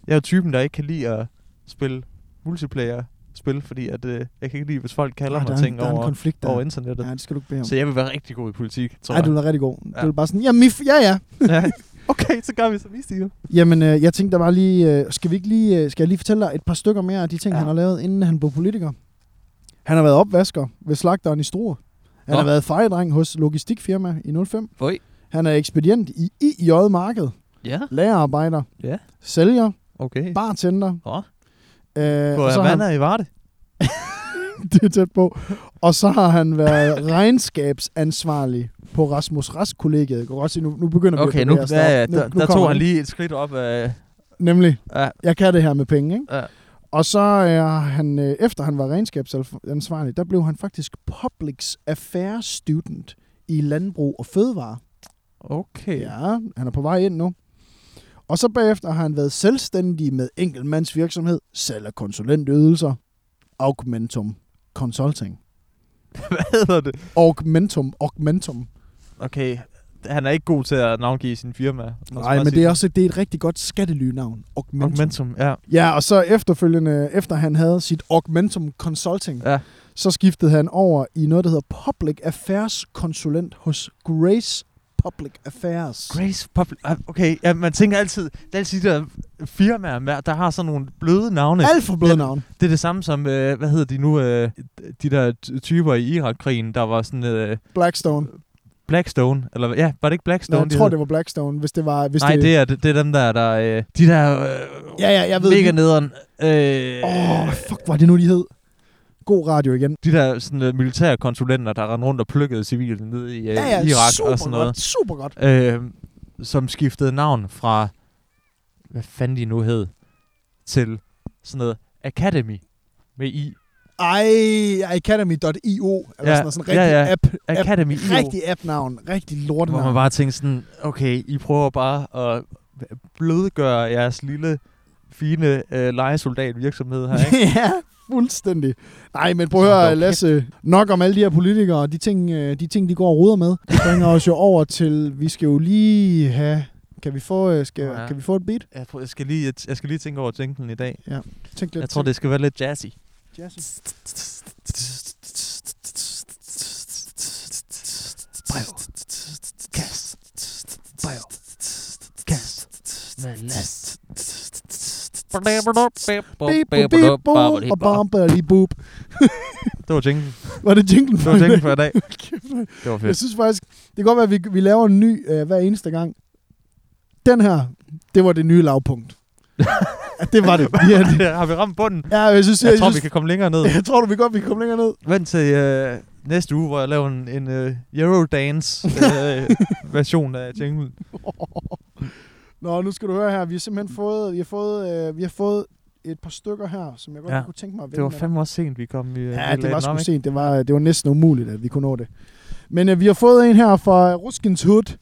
[SPEAKER 2] er jo typen, der ikke kan lide at spille multiplayer-spil, fordi at, øh, jeg kan ikke lide, hvis folk kalder
[SPEAKER 1] Ah,
[SPEAKER 2] mig
[SPEAKER 1] der, er en,
[SPEAKER 2] ting
[SPEAKER 1] der er en
[SPEAKER 2] over,
[SPEAKER 1] konflikt der.
[SPEAKER 2] over internettet.
[SPEAKER 1] Ja, det skal du ikke bede om.
[SPEAKER 2] Så jeg vil være rigtig god i politik, tror
[SPEAKER 1] Nej,
[SPEAKER 2] jeg.
[SPEAKER 1] du er rigtig god.
[SPEAKER 2] Ja.
[SPEAKER 1] Du er bare sådan, jamen, I f- ja, ja,
[SPEAKER 2] ja. Okay, så gør vi, som vi siger.
[SPEAKER 1] Jamen, øh, jeg tænkte der var lige, øh, skal vi ikke lige, øh, skal jeg lige fortælle dig et par stykker mere af de ting,
[SPEAKER 2] Ja.
[SPEAKER 1] ja. han har lavet, inden han blev politiker? Han har været opvasker ved slagteren i Struer. Han har
[SPEAKER 2] Nå.
[SPEAKER 1] været fejedreng hos Logistikfirma i 05.
[SPEAKER 2] Føj.
[SPEAKER 1] Han er ekspedient i IJ Marked,
[SPEAKER 2] Ja.
[SPEAKER 1] lagerarbejder,
[SPEAKER 2] Ja.
[SPEAKER 1] sælger,
[SPEAKER 2] Okay.
[SPEAKER 1] bartender.
[SPEAKER 2] Nå.
[SPEAKER 1] Øh,
[SPEAKER 2] På
[SPEAKER 1] og så har han,
[SPEAKER 2] Havana i Varde.
[SPEAKER 1] det er tæt på. Og så har han været regnskabsansvarlig på Rasmus Rask-kollegiet. Jeg kan godt se, nu, nu begynder vi
[SPEAKER 2] Okay,
[SPEAKER 1] at
[SPEAKER 2] nu,
[SPEAKER 1] bevæge os
[SPEAKER 2] ja, ja, der, der
[SPEAKER 1] kommer
[SPEAKER 2] tog han lige et skridt op af...
[SPEAKER 1] Nemlig,
[SPEAKER 2] Ja,
[SPEAKER 1] jeg kan det her med penge, ikke?
[SPEAKER 2] ja.
[SPEAKER 1] Og så er han, øh, efter han var regnskabsansvarlig, der blev han faktisk Publix Affairs Student i Landbrug og Fødevare.
[SPEAKER 2] Okay. Ja.
[SPEAKER 1] Ja, han er på vej ind nu. Og så bagefter har han været selvstændig med enkeltmandsvirksomhed, salg af konsulentydelser, Augmentum Consulting.
[SPEAKER 2] Hvad hedder det?
[SPEAKER 1] Augmentum, Augmentum.
[SPEAKER 2] Okay, han er ikke god til at navngive sin firma.
[SPEAKER 1] Nej, men det er også det er et rigtig godt skattelynavn. Augmentum.
[SPEAKER 2] Momentum, ja.
[SPEAKER 1] Ja, og så efterfølgende, efter han havde sit Augmentum Consulting,
[SPEAKER 2] Ja.
[SPEAKER 1] så skiftede han over i noget, der hedder Public Affairs Konsulent hos Grace Public Affairs.
[SPEAKER 2] Grace Public... Ah, Okay, ja, man tænker altid... Det er altid de der firmaer, med- der har sådan nogle bløde navne.
[SPEAKER 1] Alt for bløde navn.
[SPEAKER 2] Det er det samme som... Øh, hvad hedder de nu? Øh, de der ty- typer i Irak-krigen, der var sådan... Øh,
[SPEAKER 1] Blackstone.
[SPEAKER 2] Blackstone, eller hvad- ja, var det ikke
[SPEAKER 1] Nå,
[SPEAKER 2] Blackstone?
[SPEAKER 1] jeg
[SPEAKER 2] de
[SPEAKER 1] tror,
[SPEAKER 2] hed?
[SPEAKER 1] det var Blackstone, hvis det var... Hvis
[SPEAKER 2] Nej, det er, det, det er dem der, der øh, de der øh,
[SPEAKER 1] Ja, ja, jeg ved
[SPEAKER 2] mega
[SPEAKER 1] lige-
[SPEAKER 2] nederen. Øh,
[SPEAKER 1] Åh, oh, fuck, hvor er det nu, de hed? God radio igen.
[SPEAKER 2] De der sådan, øh, militære konsulenter, der rendte rundt og plukkede civile ned i øh,
[SPEAKER 1] Ja, ja,
[SPEAKER 2] Irak
[SPEAKER 1] super
[SPEAKER 2] og sådan noget.
[SPEAKER 1] Godt, super godt.
[SPEAKER 2] Øh, som skiftede navn fra, hvad fanden de nu hed, til sådan noget Academy med I.
[SPEAKER 1] Ej, academy.io, eller
[SPEAKER 2] Ja,
[SPEAKER 1] sådan, noget, sådan en rigtig
[SPEAKER 2] ja, ja.
[SPEAKER 1] app.
[SPEAKER 2] Academy
[SPEAKER 1] app
[SPEAKER 2] IO,
[SPEAKER 1] rigtig app-navn. Rigtig
[SPEAKER 2] hvor man
[SPEAKER 1] lortenavn.
[SPEAKER 2] bare tænkte sådan, okay, I prøver bare at blødgøre jeres lille, fine øh, legesoldatvirksomhed her, ikke?
[SPEAKER 1] ja, fuldstændig. Nej, men prøv at
[SPEAKER 2] Så hold
[SPEAKER 1] høre,
[SPEAKER 2] op.
[SPEAKER 1] Lasse. Nok om alle de her politikere og de ting, øh, de, ting, de går og ruder med. Det bringer os jo over til, vi skal jo lige have... Kan vi få, øh, skal,
[SPEAKER 2] Ja.
[SPEAKER 1] kan vi få et beat?
[SPEAKER 2] Jeg, prøver, jeg, skal lige, jeg skal lige tænke over tænken i dag.
[SPEAKER 1] Tænk lidt
[SPEAKER 2] Jeg tror, det skal være lidt jazzy.
[SPEAKER 1] Jazz.
[SPEAKER 2] Bio. Gas. Bio. Gas. Med last.
[SPEAKER 1] Beep, boop, beep, boop, og bam, bali, boop.
[SPEAKER 2] Det var jinglen.
[SPEAKER 1] Var det jinglen
[SPEAKER 2] Det
[SPEAKER 1] for
[SPEAKER 2] var
[SPEAKER 1] i dag?
[SPEAKER 2] jinglen for i dag. Det var
[SPEAKER 1] Jeg
[SPEAKER 2] fedt.
[SPEAKER 1] synes faktisk, det kan godt være, at vi, vi laver en ny øh, hver eneste gang. Den her, det var det nye lavpunkt. ja, det var det. Ja, det.
[SPEAKER 2] Har vi ramt bunden?
[SPEAKER 1] Ja, jeg synes, jeg,
[SPEAKER 2] Jeg tror, vi
[SPEAKER 1] synes,
[SPEAKER 2] kan komme længere ned.
[SPEAKER 1] jeg tror, du vi godt, vi kan komme længere ned.
[SPEAKER 2] Vent til øh, næste uge, hvor jeg laver en, en øh, Eurodance-version af jinglen.
[SPEAKER 1] Nå, nu skal du høre her. Vi har
[SPEAKER 2] Mm.
[SPEAKER 1] simpelthen fået, vi har fået, øh, vi har fået et par stykker her, som jeg godt ja.
[SPEAKER 2] Ja.
[SPEAKER 1] kunne tænke mig at
[SPEAKER 2] Det var
[SPEAKER 1] vende med dig.
[SPEAKER 2] fandme også sent, vi kom. Vi, øh, vi
[SPEAKER 1] Ja,
[SPEAKER 2] lagde
[SPEAKER 1] det var
[SPEAKER 2] den
[SPEAKER 1] sgu
[SPEAKER 2] om, ikke?
[SPEAKER 1] sent. Det var, det var næsten umuligt, at vi kunne nå det. Men øh, vi har fået en her fra Ruskins Hood,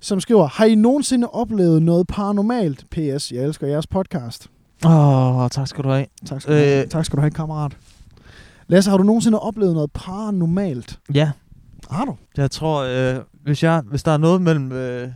[SPEAKER 1] som skriver, har I nogensinde oplevet noget paranormalt? PS, jeg elsker jeres podcast.
[SPEAKER 2] Åh, oh, tak skal du have.
[SPEAKER 1] Tak skal, øh. du have.
[SPEAKER 2] Øh.
[SPEAKER 1] tak skal du have, kammerat. Lasse, har du nogensinde oplevet noget paranormalt?
[SPEAKER 2] Ja,
[SPEAKER 1] Har du?
[SPEAKER 2] jeg tror, øh, hvis, jeg, hvis der er noget mellem, øh,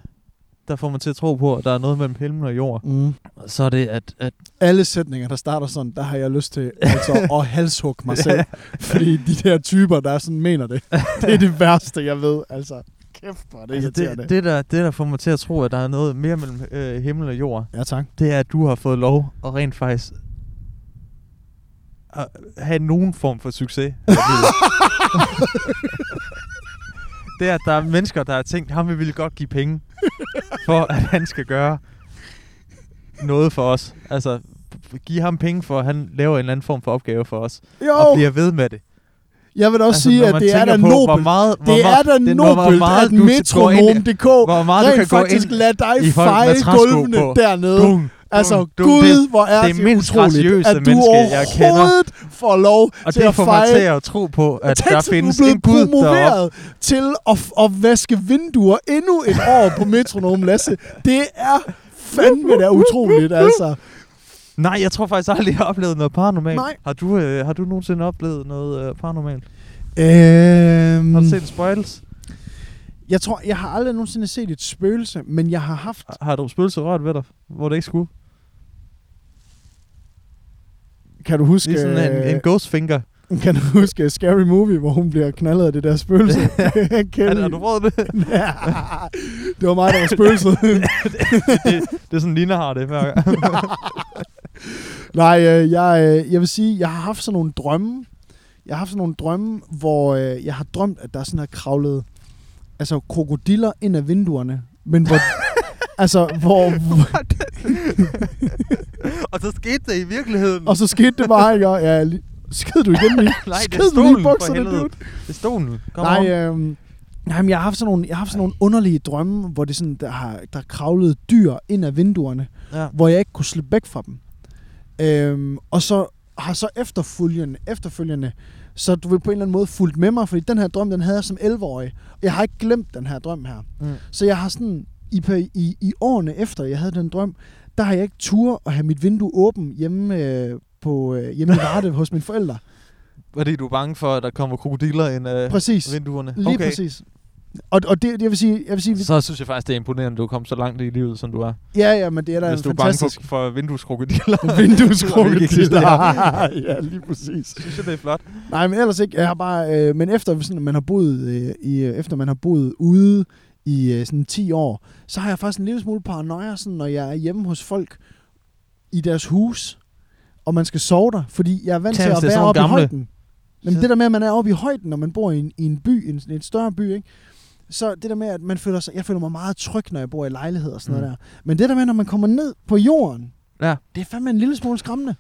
[SPEAKER 2] der får mig til at tro på, at der er noget mellem himlen og jord,
[SPEAKER 1] Mm.
[SPEAKER 2] så er det, at, at
[SPEAKER 1] Alle sætninger, der starter sådan, der har jeg lyst til altså, at halshugge mig selv. Fordi de der typer, der sådan mener det, det er det værste, jeg ved. Altså, kæft, hvor er det
[SPEAKER 2] altså,
[SPEAKER 1] irriterende.
[SPEAKER 2] det, det, der, det, der får mig til at tro, at der er noget mere mellem øh, himmel og jord,
[SPEAKER 1] Ja, tak.
[SPEAKER 2] det er, at du har fået lov at rent faktisk at have nogen form for succes. her i livet. det er, at der er mennesker, der har tænkt, ham vil vi godt give penge, for at han skal gøre noget for os. Altså, give ham penge for, at han laver en eller anden form for opgave for os,
[SPEAKER 1] Jo,
[SPEAKER 2] og bliver ved med det.
[SPEAKER 1] jeg vil også altså, sige,
[SPEAKER 2] når
[SPEAKER 1] at
[SPEAKER 2] man
[SPEAKER 1] det er
[SPEAKER 2] tænker
[SPEAKER 1] da
[SPEAKER 2] på, hvor
[SPEAKER 1] nobelt.
[SPEAKER 2] meget, hvor
[SPEAKER 1] Det er
[SPEAKER 2] meget,
[SPEAKER 1] da
[SPEAKER 2] det- hvor
[SPEAKER 1] nobelt,
[SPEAKER 2] meget
[SPEAKER 1] at
[SPEAKER 2] du går ind i-
[SPEAKER 1] metronom.dk
[SPEAKER 2] hvor meget du
[SPEAKER 1] rent
[SPEAKER 2] kan gå
[SPEAKER 1] faktisk
[SPEAKER 2] ind
[SPEAKER 1] lader dig
[SPEAKER 2] i folk med
[SPEAKER 1] feje
[SPEAKER 2] træsko
[SPEAKER 1] gulvene
[SPEAKER 2] på.
[SPEAKER 1] dernede.
[SPEAKER 2] Dum, dum,
[SPEAKER 1] Altså,
[SPEAKER 2] dum.
[SPEAKER 1] gud, hvor er
[SPEAKER 2] det er
[SPEAKER 1] det,
[SPEAKER 2] mindst
[SPEAKER 1] utroligt,
[SPEAKER 2] graciøse
[SPEAKER 1] at du
[SPEAKER 2] menneske, jeg kender.
[SPEAKER 1] overhovedet får lov
[SPEAKER 2] Og
[SPEAKER 1] til
[SPEAKER 2] det
[SPEAKER 1] at
[SPEAKER 2] får mig
[SPEAKER 1] feje.
[SPEAKER 2] til at tro på, at
[SPEAKER 1] Tænk,
[SPEAKER 2] der
[SPEAKER 1] så
[SPEAKER 2] findes
[SPEAKER 1] du er
[SPEAKER 2] en
[SPEAKER 1] blevet
[SPEAKER 2] gud deroppe.
[SPEAKER 1] promoveret til at, f- at vaske vinduer endnu et år på Metronom, Lasse. Det er fandme da utroligt, altså.
[SPEAKER 2] Nej, jeg tror faktisk aldrig, jeg har oplevet noget paranormalt.
[SPEAKER 1] Nej.
[SPEAKER 2] Har du, øh, har du nogensinde oplevet noget øh, paranormalt? Mm.
[SPEAKER 1] Øhm,
[SPEAKER 2] Har du set en spøjels?
[SPEAKER 1] jeg tror, jeg har aldrig nogensinde set et spøgelse, men jeg har haft...
[SPEAKER 2] Har du spøgelser rørt ved dig, hvor det ikke skulle?
[SPEAKER 1] Kan du huske... øh,
[SPEAKER 2] Det er sådan en, en ghost finger.
[SPEAKER 1] Kan du huske Scary Movie, hvor hun bliver knaldet af det der spøgelse?
[SPEAKER 2] Er,
[SPEAKER 1] Kelly.
[SPEAKER 2] er du prøvet det?
[SPEAKER 1] det var mig, der var spøgelset.
[SPEAKER 2] det er sådan, Nina har det hver gang.
[SPEAKER 1] Nej, øh, jeg, øh, jeg vil sige, jeg har haft sådan nogle drømme. Jeg har haft sådan nogle drømme, hvor øh, jeg har drømt, at der sådan har kravlet altså, krokodiller ind af vinduerne. Men hvor... altså, hvor...
[SPEAKER 2] Og så skete det i virkeligheden.
[SPEAKER 1] Og så skete det bare, ikke? Og, Ja, lige, skid du igen lige?
[SPEAKER 2] Nej, det er
[SPEAKER 1] Skid du lige
[SPEAKER 2] stolen,
[SPEAKER 1] i
[SPEAKER 2] for
[SPEAKER 1] bukserne,
[SPEAKER 2] helvede.
[SPEAKER 1] dude?
[SPEAKER 2] Det er stolen. Kom
[SPEAKER 1] Nej,
[SPEAKER 2] on.
[SPEAKER 1] øh, nej men jeg har haft sådan nogle, jeg har haft sådan nogle underlige drømme, hvor det sådan, der, har, der kravlede dyr ind af vinduerne,
[SPEAKER 2] Ja.
[SPEAKER 1] hvor jeg ikke kunne slippe væk fra dem. Øhm, og så har så efterfølgende, efterfølgende, så du vil på en eller anden måde fulgt med mig, fordi den her drøm, den havde jeg som 11-årig. Jeg har ikke glemt den her drøm her.
[SPEAKER 2] Mm.
[SPEAKER 1] Så jeg har sådan, i, peri- i, i årene efter, jeg havde den drøm, der har jeg ikke tur at have mit vindue åbent hjemme, øh, på, øh, hjemme i Varde hos mine forældre.
[SPEAKER 2] Fordi du er bange for, at der kommer krokodiller ind af
[SPEAKER 1] Præcis.
[SPEAKER 2] vinduerne.
[SPEAKER 1] Lige okay. præcis. Og, og det, jeg vil sige, jeg vil sige
[SPEAKER 2] Så synes jeg faktisk, det er imponerende, at du er kommet så langt i livet, som du er.
[SPEAKER 1] ja, ja, men det er da
[SPEAKER 2] Hvis du er bange
[SPEAKER 1] fantastisk.
[SPEAKER 2] for, for vindueskrokodiller. Hvilket ikke
[SPEAKER 1] Vindueskrokodiller.
[SPEAKER 2] eksisterer.
[SPEAKER 1] ja, lige præcis.
[SPEAKER 2] synes jeg, det er flot.
[SPEAKER 1] Nej, men ellers ikke. Jeg har bare, øh, men efter sådan, man har boet, øh, i, øh, efter man har boet ude i øh, sådan 10 år, så har jeg faktisk en lille smule paranoia, sådan, når jeg er hjemme hos folk i deres hus, og man skal sove der, fordi jeg er vant
[SPEAKER 2] Tja,
[SPEAKER 1] til
[SPEAKER 2] hvis
[SPEAKER 1] at
[SPEAKER 2] det er
[SPEAKER 1] være
[SPEAKER 2] sådan
[SPEAKER 1] oppe
[SPEAKER 2] nogle
[SPEAKER 1] i
[SPEAKER 2] gamle.
[SPEAKER 1] højden. Men
[SPEAKER 2] Så-
[SPEAKER 1] det der med, at man er oppe i højden, når man bor i en, i en by, en, en større by, ikke? så det der med, at man føler sig, jeg føler mig meget tryg, når jeg bor i lejlighed og sådan mm.
[SPEAKER 2] Mm.
[SPEAKER 1] noget der. Men det der med, når man kommer ned på jorden,
[SPEAKER 2] Ja.
[SPEAKER 1] det er fandme en lille smule skræmmende.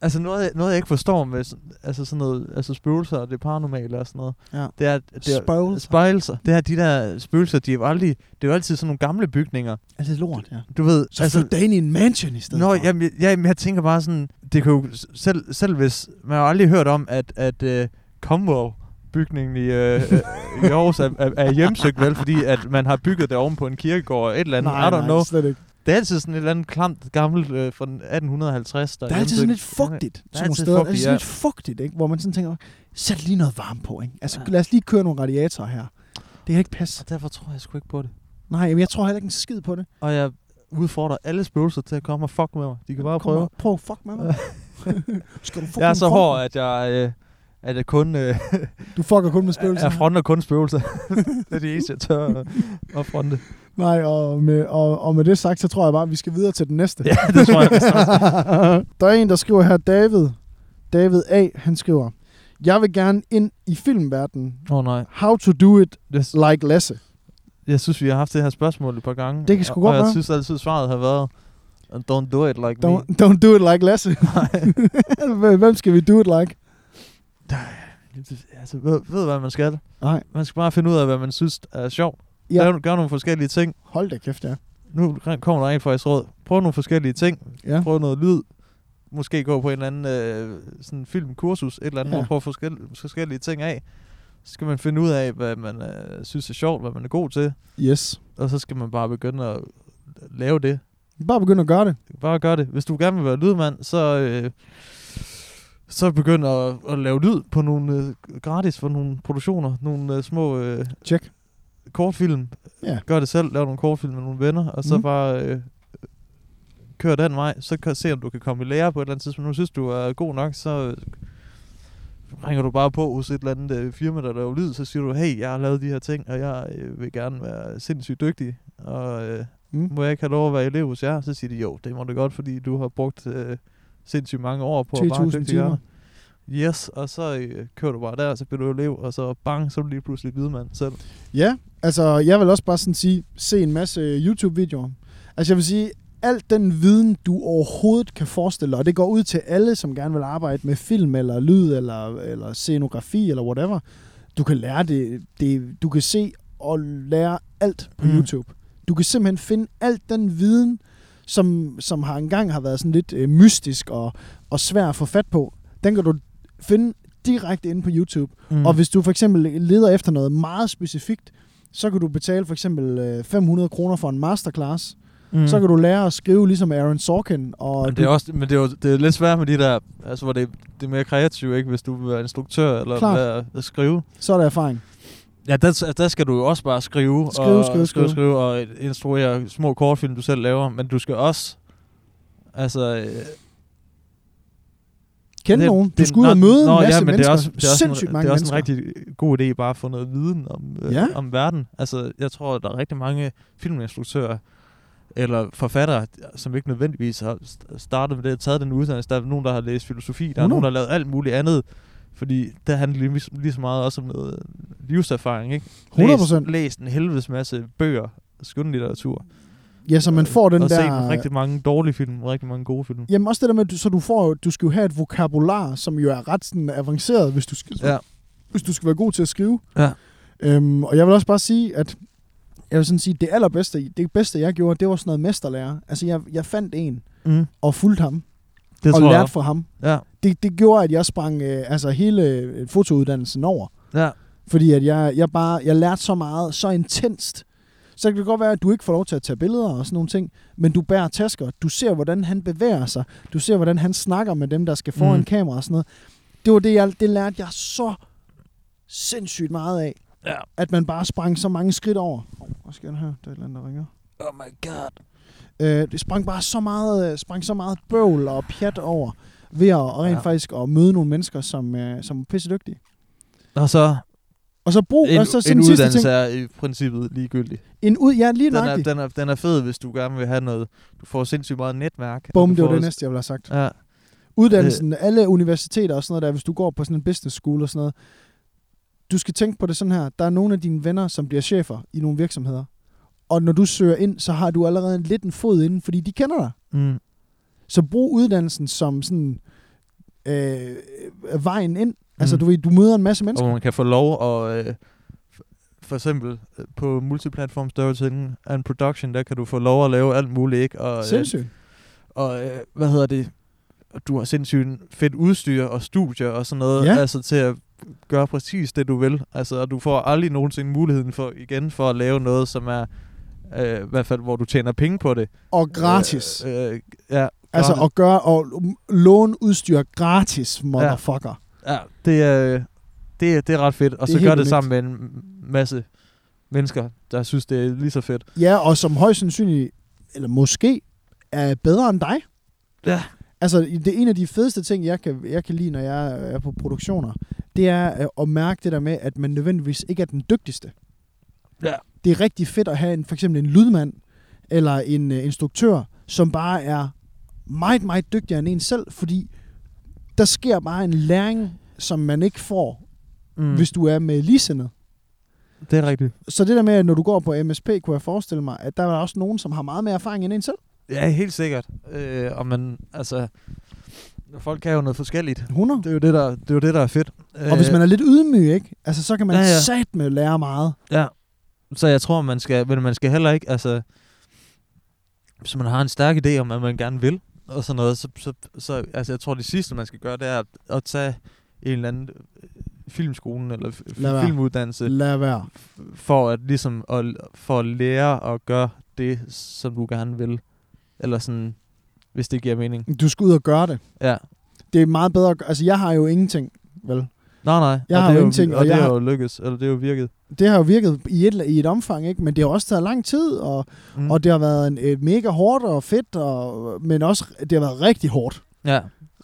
[SPEAKER 2] Altså noget, jeg- noget jeg ikke forstår med sådan- altså sådan noget, altså spøgelser og det paranormale og sådan noget,
[SPEAKER 1] Ja.
[SPEAKER 2] det er, at- det er
[SPEAKER 1] Spøgelser.
[SPEAKER 2] spøgelser. Det er de der spøgelser, de er jo aldrig, det er jo altid sådan nogle gamle bygninger.
[SPEAKER 1] Altså det er lort, ja.
[SPEAKER 2] Du ved,
[SPEAKER 1] Så altså, flyt dig ind i en mansion i stedet
[SPEAKER 2] Nå,
[SPEAKER 1] for.
[SPEAKER 2] jamen, jeg, jamen, jeg tænker bare sådan, det kan jo, s- selv, selv hvis, man har aldrig hørt om, at, at uh, Combo bygningen i, øh, øh, i Aarhus er, er, er hjemsøgt, vel, fordi at man har bygget det oven på en kirkegård og et eller andet,
[SPEAKER 1] nej,
[SPEAKER 2] I don't
[SPEAKER 1] nej,
[SPEAKER 2] know.
[SPEAKER 1] slet ikke.
[SPEAKER 2] Det er altid sådan et eller andet klamt gammelt øh, fra den 1850. Der
[SPEAKER 1] Der er altid sådan lidt
[SPEAKER 2] hjemsøgt.
[SPEAKER 1] fugtigt,
[SPEAKER 2] er
[SPEAKER 1] sådan nogle
[SPEAKER 2] altid
[SPEAKER 1] steder. Der er altid
[SPEAKER 2] fugtigt,
[SPEAKER 1] sådan
[SPEAKER 2] ja.
[SPEAKER 1] lidt fugtigt, ikke? hvor man sådan tænker, sæt lige noget varme på. Ikke? Altså,
[SPEAKER 2] Ja.
[SPEAKER 1] lad os lige køre nogle radiatorer her. Det kan ikke passe.
[SPEAKER 2] Og derfor tror jeg sgu ikke på det.
[SPEAKER 1] Nej, jamen, jeg tror heller ikke en skid på det.
[SPEAKER 2] Og jeg udfordrer alle spøgelser til at komme og fuck med mig. De kan bare
[SPEAKER 1] Kom
[SPEAKER 2] prøve.
[SPEAKER 1] og prøv at fuck med mig. Skal du fuck
[SPEAKER 2] Jeg er så hård, at jeg, øh, at jeg kun øh,
[SPEAKER 1] Du fucker kun med spøgelser.
[SPEAKER 2] jeg fronter kun spøgelser. det er det eneste, jeg tør at, at fronte.
[SPEAKER 1] Nej, og med, og, og med det sagt, så tror jeg bare, at vi skal videre til den næste.
[SPEAKER 2] Ja, det tror jeg. vist også.
[SPEAKER 1] der er en, der skriver her, David. David A., han skriver, jeg vil gerne ind i filmverdenen.
[SPEAKER 2] Åh oh, nej.
[SPEAKER 1] How to do it
[SPEAKER 2] Jeg, s-
[SPEAKER 1] like Lasse.
[SPEAKER 2] jeg synes, vi har haft det her spørgsmål et par gange.
[SPEAKER 1] Det kan sgu
[SPEAKER 2] og,
[SPEAKER 1] godt
[SPEAKER 2] Og jeg
[SPEAKER 1] være.
[SPEAKER 2] synes altid, svaret har været, don't do it like me.
[SPEAKER 1] Don't, don't do it like Lasse. Hvem skal vi do it like?
[SPEAKER 2] Altså, ved, ved, hvad man skal.
[SPEAKER 1] Nej,
[SPEAKER 2] Man skal bare finde ud af, hvad man synes er sjovt.
[SPEAKER 1] Ja.
[SPEAKER 2] Ja. Gør, gør nogle forskellige ting.
[SPEAKER 1] hold da kæft, ja.
[SPEAKER 2] Nu kommer der en fra jeres råd. Prøv nogle forskellige ting.
[SPEAKER 1] ja.
[SPEAKER 2] Prøv noget lyd. Måske gå på en eller anden øh, sådan filmkursus, et eller andet,
[SPEAKER 1] Ja.
[SPEAKER 2] ja. hvor man prøver forskellige, forskellige ting af. Så skal man finde ud af, hvad man øh, synes er sjovt, hvad man er god til.
[SPEAKER 1] Yes.
[SPEAKER 2] Og så skal man bare begynde at lave det.
[SPEAKER 1] Bare begynd at gøre det.
[SPEAKER 2] Bare gør det. Hvis du gerne vil være lydmand, så, øh, så begynd at, at lave lyd på nogle øh, gratis for nogle produktioner. Nogle øh, små øh,
[SPEAKER 1] Check.
[SPEAKER 2] kortfilm.
[SPEAKER 1] Ja.
[SPEAKER 2] Gør det selv. Lav nogle kortfilm med nogle venner, og så
[SPEAKER 1] Mhm.
[SPEAKER 2] mm. bare øh, kør den vej. Så kan, se, om du kan komme i lære på et eller andet tidspunkt. Når du synes, du er god nok, så øh, ringer du bare på hos et eller andet øh, firma, der laver lyd. Så siger du, hey, jeg har lavet de her ting, og jeg øh, vil gerne være sindssygt dygtig. Og... Øh,
[SPEAKER 1] Mm.
[SPEAKER 2] må jeg ikke have lov at være elev hos jer? Så siger de, jo, det må du godt, fordi du har brugt øh, sindssygt mange år på at
[SPEAKER 1] 10.000
[SPEAKER 2] bare
[SPEAKER 1] timer.
[SPEAKER 2] dygtiggøre dig." Yes, og så øh, kører du bare der, så bliver du elev, og så bang, så er du lige pludselig hvidmand selv.
[SPEAKER 1] Ja, altså jeg vil også bare sådan sige, se en masse øh, YouTube-videoer. Altså jeg vil sige, alt den viden, du overhovedet kan forestille dig, og det går ud til alle, som gerne vil arbejde med film, eller lyd, eller, eller scenografi, eller whatever. Du kan lære det, det, du kan se og lære alt på mm.
[SPEAKER 2] Mm.
[SPEAKER 1] YouTube. Du kan simpelthen finde alt den viden, som, som har engang har været sådan lidt øh, mystisk og, og svær at få fat på. Den kan du finde direkte inde på YouTube. Mm. Og hvis du for eksempel leder efter noget meget specifikt, så kan du betale for eksempel øh, 500 kroner for en masterclass. Mm. Så kan du lære at skrive ligesom Aaron Sorkin. Og
[SPEAKER 2] men det er
[SPEAKER 1] du,
[SPEAKER 2] også, men det er, jo, det er lidt svært med de der, altså hvor det, det er mere kreativt, ikke? Hvis du vil være instruktør eller
[SPEAKER 1] Klart.
[SPEAKER 2] være at skrive.
[SPEAKER 1] så er der erfaring.
[SPEAKER 2] Ja, der, altså, der skal du jo også bare skrive,
[SPEAKER 1] Skrive,
[SPEAKER 2] og,
[SPEAKER 1] skrive, skrive.
[SPEAKER 2] skrive, skrive og instruere små kortfilm, du selv laver. Men du skal også, altså, øh,
[SPEAKER 1] Kende
[SPEAKER 2] Det-
[SPEAKER 1] nogen. Du
[SPEAKER 2] det-
[SPEAKER 1] skal ud og
[SPEAKER 2] nå,
[SPEAKER 1] møde
[SPEAKER 2] nå,
[SPEAKER 1] en masse
[SPEAKER 2] ja, men
[SPEAKER 1] mennesker.
[SPEAKER 2] Det er også, det er også, en,
[SPEAKER 1] Sindssygt mange
[SPEAKER 2] det er også en
[SPEAKER 1] mennesker.
[SPEAKER 2] rigtig god idé bare at få noget viden om, øh,
[SPEAKER 1] Ja.
[SPEAKER 2] ja. om verden. Altså, jeg tror, der er rigtig mange filminstruktører eller forfattere, som ikke nødvendigvis har st- startet med det, taget den uddannelse. Der er nogen, der har læst filosofi, der er
[SPEAKER 1] 100.
[SPEAKER 2] nogen, der har lavet alt muligt andet. Fordi der handler det lige, lige så meget også om noget livserfaring, ikke?
[SPEAKER 1] 100%.
[SPEAKER 2] Læs, læs en helvedes masse bøger, skønlitteratur.
[SPEAKER 1] Ja, så Altså, man får den
[SPEAKER 2] og Og
[SPEAKER 1] der...
[SPEAKER 2] set rigtig mange dårlige film, og rigtig mange gode film.
[SPEAKER 1] Jamen også det der med, at du, så du får jo- du skal jo have et vokabular, som jo er ret sådan avanceret, hvis du skal,
[SPEAKER 2] Ja.
[SPEAKER 1] hvis du skal være god til at skrive.
[SPEAKER 2] Ja.
[SPEAKER 1] Øhm, og jeg vil også bare sige, at jeg vil sådan sige, det allerbedste, det bedste jeg gjorde, det var sådan noget mesterlærer. Altså jeg, jeg fandt en
[SPEAKER 2] Mm.
[SPEAKER 1] og fulgte ham
[SPEAKER 2] Det
[SPEAKER 1] og
[SPEAKER 2] tror
[SPEAKER 1] lærte
[SPEAKER 2] jeg.
[SPEAKER 1] fra ham.
[SPEAKER 2] Ja.
[SPEAKER 1] Det, det gjorde, at jeg sprang øh, altså hele øh, fotouddannelsen over.
[SPEAKER 2] Ja.
[SPEAKER 1] Fordi at jeg, jeg bare, jeg lærte så meget, så intenst. Så det kan godt være, at du ikke får lov til at tage billeder og sådan nogle ting, men du bærer tasker, du ser, hvordan han bevæger sig, du ser, hvordan han snakker med dem, der skal foran
[SPEAKER 2] Mm.
[SPEAKER 1] mm. kamera og sådan noget. Det var det, jeg, det lærte jeg så sindssygt meget af,
[SPEAKER 2] ja.
[SPEAKER 1] at man bare sprang så mange skridt over. Oh, hvad sker der her? Der er et eller andet, der ringer.
[SPEAKER 2] Oh my god.
[SPEAKER 1] Øh, det sprang bare så meget, øh, sprang så meget bøvl og pjat over, ved at og rent
[SPEAKER 2] Ja.
[SPEAKER 1] ja. faktisk at møde nogle mennesker, som, øh, som er pisse dygtige.
[SPEAKER 2] Og så
[SPEAKER 1] Og så brug,
[SPEAKER 2] en,
[SPEAKER 1] Uh, og så
[SPEAKER 2] en
[SPEAKER 1] sådan en sidste ting.
[SPEAKER 2] uddannelse er i princippet ligegyldig.
[SPEAKER 1] En ud, ja, lige
[SPEAKER 2] Den er,
[SPEAKER 1] nøjagtigt.
[SPEAKER 2] den, er, den er fed, hvis du gerne vil have noget. Du får sindssygt meget netværk. og
[SPEAKER 1] Bum,
[SPEAKER 2] du
[SPEAKER 1] det var
[SPEAKER 2] får
[SPEAKER 1] det
[SPEAKER 2] også-
[SPEAKER 1] næste, jeg ville have sagt.
[SPEAKER 2] Ja.
[SPEAKER 1] Uddannelsen,
[SPEAKER 2] Øh.
[SPEAKER 1] alle universiteter og sådan noget der, hvis du går på sådan en business school og sådan noget, du skal tænke på det sådan her, der er nogle af dine venner, som bliver chefer i nogle virksomheder, og når du søger ind, så har du allerede lidt en fod inden, fordi de kender dig.
[SPEAKER 2] Mm.
[SPEAKER 1] Så brug uddannelsen som sådan øh, øh, vejen ind. Altså
[SPEAKER 2] Mm.
[SPEAKER 1] du ved, du møder en masse mennesker.
[SPEAKER 2] Og man kan få lov at... Øh, f- for eksempel øh, på multiplatform størrelsen af en production, der kan du få lov at lave alt muligt, ikke? Og, øh,
[SPEAKER 1] Sindssygt.
[SPEAKER 2] og øh, hvad hedder det? Du har sindssygt fedt udstyr og studier og sådan noget,
[SPEAKER 1] Ja.
[SPEAKER 2] altså til at gøre præcis det, du vil. Altså, og du får aldrig nogensinde muligheden for, igen, for at lave noget, som er, øh, i hvert fald, hvor du tjener penge på det.
[SPEAKER 1] Og gratis.
[SPEAKER 2] Øh, øh, ja,
[SPEAKER 1] Altså
[SPEAKER 2] gratis.
[SPEAKER 1] at gøre og låne udstyr gratis, motherfucker.
[SPEAKER 2] ja, det er, det, er, det er ret fedt. Og
[SPEAKER 1] Det
[SPEAKER 2] så
[SPEAKER 1] er
[SPEAKER 2] gør
[SPEAKER 1] helt
[SPEAKER 2] det
[SPEAKER 1] unikt.
[SPEAKER 2] sammen med en masse mennesker, der synes, det er lige så fedt.
[SPEAKER 1] Ja, og som højst sandsynligt, eller måske, er bedre end dig.
[SPEAKER 2] Ja.
[SPEAKER 1] Altså, det er en af de fedeste ting, jeg kan, jeg kan lide, når jeg er på produktioner, det er øh, at mærke det der med, at man nødvendigvis ikke er den dygtigste.
[SPEAKER 2] Ja.
[SPEAKER 1] Det er rigtig fedt at have en, for eksempel en lydmand, eller en øh, instruktør, som bare er meget, meget dygtigere end en selv, fordi der sker bare en læring, som man ikke får, mm. hvis du er med ligesindede.
[SPEAKER 2] det er rigtigt.
[SPEAKER 1] Så det der med, at når du går på MSP, kunne jeg forestille mig, at der er også nogen, som har meget mere erfaring end en selv.
[SPEAKER 2] Ja, helt sikkert. Øh, og man, altså, folk kan jo noget forskelligt.
[SPEAKER 1] 100.
[SPEAKER 2] Det er jo det, der, det er, jo det, der er fedt.
[SPEAKER 1] Og hvis man er lidt ydmyg, ikke? Altså, så kan man
[SPEAKER 2] Ja,
[SPEAKER 1] ja,
[SPEAKER 2] ja.
[SPEAKER 1] ja. satme lære meget.
[SPEAKER 2] Øh, Ja. Så jeg tror, man skal, men man skal heller ikke, altså, hvis man har en stærk idé om, at man gerne vil, og sådan noget, så, så, så altså, jeg tror, det sidste, man skal gøre, det er at, at tage en eller anden øh, filmskolen eller f-
[SPEAKER 1] Lad være.
[SPEAKER 2] filmuddannelse,
[SPEAKER 1] Lad være.
[SPEAKER 2] f- for at ligesom, at, for at lære at gøre det, som du gerne vil. Eller sådan, hvis det giver mening.
[SPEAKER 1] Du skal ud og gøre det.
[SPEAKER 2] Ja.
[SPEAKER 1] Det er meget bedre. at gø- Altså, jeg har jo ingenting, vel?
[SPEAKER 2] Nej, nej.
[SPEAKER 1] Jeg
[SPEAKER 2] og
[SPEAKER 1] har
[SPEAKER 2] det
[SPEAKER 1] jo
[SPEAKER 2] er
[SPEAKER 1] ingenting,
[SPEAKER 2] og,
[SPEAKER 1] og
[SPEAKER 2] det
[SPEAKER 1] jeg
[SPEAKER 2] er
[SPEAKER 1] har-
[SPEAKER 2] jo lykkedes, eller det er jo virket.
[SPEAKER 1] Det har jo virket i et, i et omfang, ikke? Men det har også taget lang tid, og,
[SPEAKER 2] Mm.
[SPEAKER 1] mm. og det har været en, øh, mega hårdt og fedt, og, men også, det har været rigtig hårdt.
[SPEAKER 2] ja.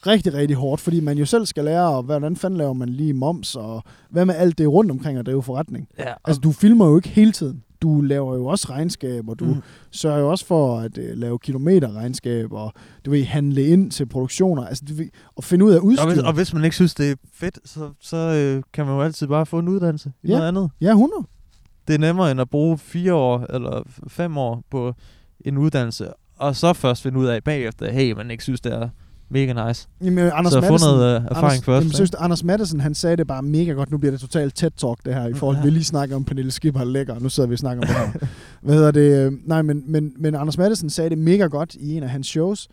[SPEAKER 1] Rigtig, rigtig hårdt, fordi man jo selv skal lære, og hvordan fanden laver man lige moms, og hvad med alt det rundt omkring at drive forretning?
[SPEAKER 2] ja.
[SPEAKER 1] Altså, du filmer jo ikke hele tiden. Du laver jo også regnskab, og du
[SPEAKER 2] Mm.
[SPEAKER 1] mm. sørger jo også for at øh, lave kilometerregnskab, og du ved, handle ind til produktioner, altså, du ved, og finde ud af udstyr.
[SPEAKER 2] Og hvis, og hvis man ikke synes, det er fedt, så, så øh, kan man jo altid bare få en uddannelse i
[SPEAKER 1] Ja.
[SPEAKER 2] noget andet.
[SPEAKER 1] Ja, 100.
[SPEAKER 2] Det er nemmere end at bruge fire år eller f- fem år på en uddannelse, og så først finde ud af bagefter, hey, man ikke synes, det er mega nice.
[SPEAKER 1] Jamen, Anders
[SPEAKER 2] så få
[SPEAKER 1] Matthesen,
[SPEAKER 2] noget øh, erfaring
[SPEAKER 1] Anders,
[SPEAKER 2] først.
[SPEAKER 1] Jamen, synes, du, Anders Madsen, han sagde det bare mega godt. Nu bliver det totalt tæt talk det her, i forhold til,
[SPEAKER 2] Ja.
[SPEAKER 1] ja. vi lige snakker om Pernille Skipper er lækker, og nu sidder vi og snakker om det her. Hvad hedder det? Øh, Nej, men, men, men Anders Madsen sagde det mega godt i en af hans shows.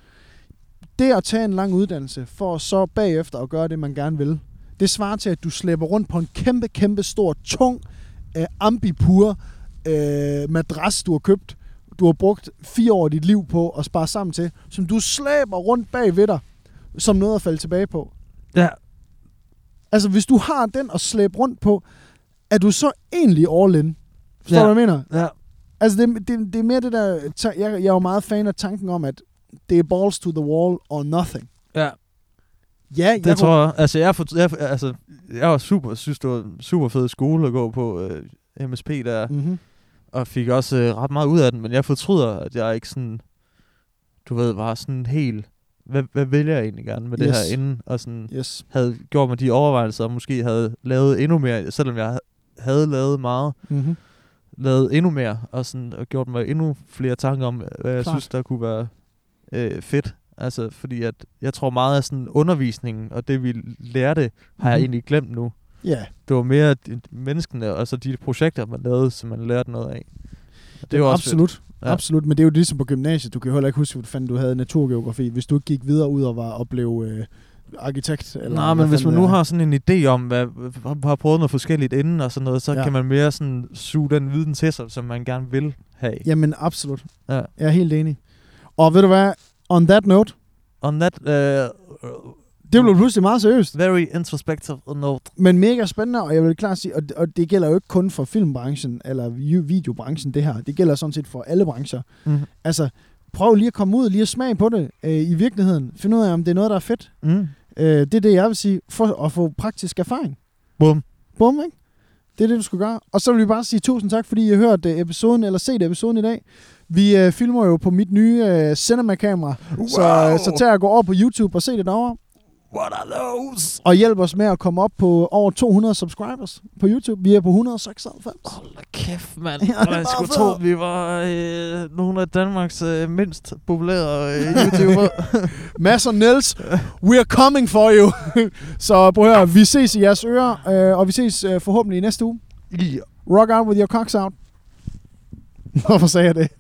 [SPEAKER 1] Det at tage en lang uddannelse, for så bagefter at gøre det, man gerne vil, det svarer til, at du slæber rundt på en kæmpe, kæmpe stor, tung øh, ambipur øh, madras, du har købt, du har brugt fire år af dit liv på at spare sammen til, som du slæber rundt bag ved dig, som noget at falde tilbage på.
[SPEAKER 2] Ja.
[SPEAKER 1] Altså, hvis du har den at slæbe rundt på, er du så egentlig all in? Forstår
[SPEAKER 2] Ja.
[SPEAKER 1] du, hvad jeg mener?
[SPEAKER 2] ja.
[SPEAKER 1] Altså, det, det, det er mere det der... ta- Jeg, jeg er jo meget fan af tanken om, at det er balls to the wall or nothing.
[SPEAKER 2] ja.
[SPEAKER 1] Ja, jeg
[SPEAKER 2] Det jeg tror jeg. Altså, jeg, for, jeg, altså, jeg var super, synes, det var en super fed skole at gå på øh, MSP der.
[SPEAKER 1] Mm-hmm.
[SPEAKER 2] og fik også øh, ret meget ud af den, men jeg fortryder, at jeg ikke sådan, du ved, var sådan helt hvad, hvad vil jeg egentlig gerne med yes. det
[SPEAKER 1] Yes.
[SPEAKER 2] her inden, og sådan
[SPEAKER 1] Yes.
[SPEAKER 2] havde gjort mig de overvejelser, og måske havde lavet endnu mere, selvom jeg havde lavet meget,
[SPEAKER 1] Mm-hmm.
[SPEAKER 2] lavet endnu mere, og, sådan, og gjort mig endnu flere tanker om, hvad jeg
[SPEAKER 1] Klart.
[SPEAKER 2] synes, der kunne være øh, fedt. Altså, fordi at jeg tror meget af sådan undervisningen, og det vi lærte, har jeg
[SPEAKER 1] Mhm.
[SPEAKER 2] egentlig glemt nu.
[SPEAKER 1] Ja,
[SPEAKER 2] Det var mere de, menneskene, og så de projekter, man lavede, som man lærte noget af. Og
[SPEAKER 1] det
[SPEAKER 2] var
[SPEAKER 1] var
[SPEAKER 2] også fedt.
[SPEAKER 1] absolut.
[SPEAKER 2] Ja.
[SPEAKER 1] Ja. Absolut, men det er jo ligesom på gymnasiet. Du kan jo heller ikke huske, hvor fanden du havde naturgeografi, hvis du ikke gik videre ud og var og blev øh, arkitekt. Eller
[SPEAKER 2] Nej,
[SPEAKER 1] hvad
[SPEAKER 2] men hvis man
[SPEAKER 1] fanden
[SPEAKER 2] nu
[SPEAKER 1] det er.
[SPEAKER 2] har sådan en idé om, hvad, har- har prøvet noget forskelligt inden og sådan noget, så ja.
[SPEAKER 1] Ja.
[SPEAKER 2] kan man mere sådan suge den viden til sig, som man gerne vil have.
[SPEAKER 1] Jamen, absolut.
[SPEAKER 2] Ja.
[SPEAKER 1] Jeg er helt enig. Og ved du hvad? On that note,
[SPEAKER 2] On that uh,
[SPEAKER 1] det blev pludselig meget seriøst,
[SPEAKER 2] very introspective note.
[SPEAKER 1] men mega spændende, og jeg vil klart sige, og, og det gælder jo ikke kun for filmbranchen eller vi- videobranchen, det her. Det gælder sådan set for alle brancher.
[SPEAKER 2] Mm.
[SPEAKER 1] Altså, prøv lige at komme ud, lige at smage på det øh, i virkeligheden. Find ud af, om det er noget, der er fedt.
[SPEAKER 2] Mm.
[SPEAKER 1] Øh, det er det, jeg vil sige, for at få praktisk erfaring.
[SPEAKER 2] Bum.
[SPEAKER 1] Bum, ikke? Det er det, du skulle gøre. Og så vil vi bare sige tusind tak, fordi I har hørt øh, episoden, eller set episoden i dag. Vi øh, filmer jo på mit nye øh, cinema-kamera, wow. så, så tag og gå over på YouTube og se det derovre.
[SPEAKER 2] What are those?
[SPEAKER 1] Og hjælp os med at komme op på over 200 subscribers på YouTube. Vi er på 196.
[SPEAKER 2] Hold da kæft, mand.
[SPEAKER 1] Ja, det er
[SPEAKER 2] Ja, jeg
[SPEAKER 1] meget
[SPEAKER 2] skulle
[SPEAKER 1] fedt.
[SPEAKER 2] tro, vi var øh, nogle af Danmarks øh, mindst populære øh, YouTubere.
[SPEAKER 1] Mads og Niels, we are coming for you. så prøv at høre, vi ses i jeres ører, øh, og vi ses øh, forhåbentlig i næste uge.
[SPEAKER 2] yeah.
[SPEAKER 1] Rock out with your cocks out. Hvorfor sagde jeg det?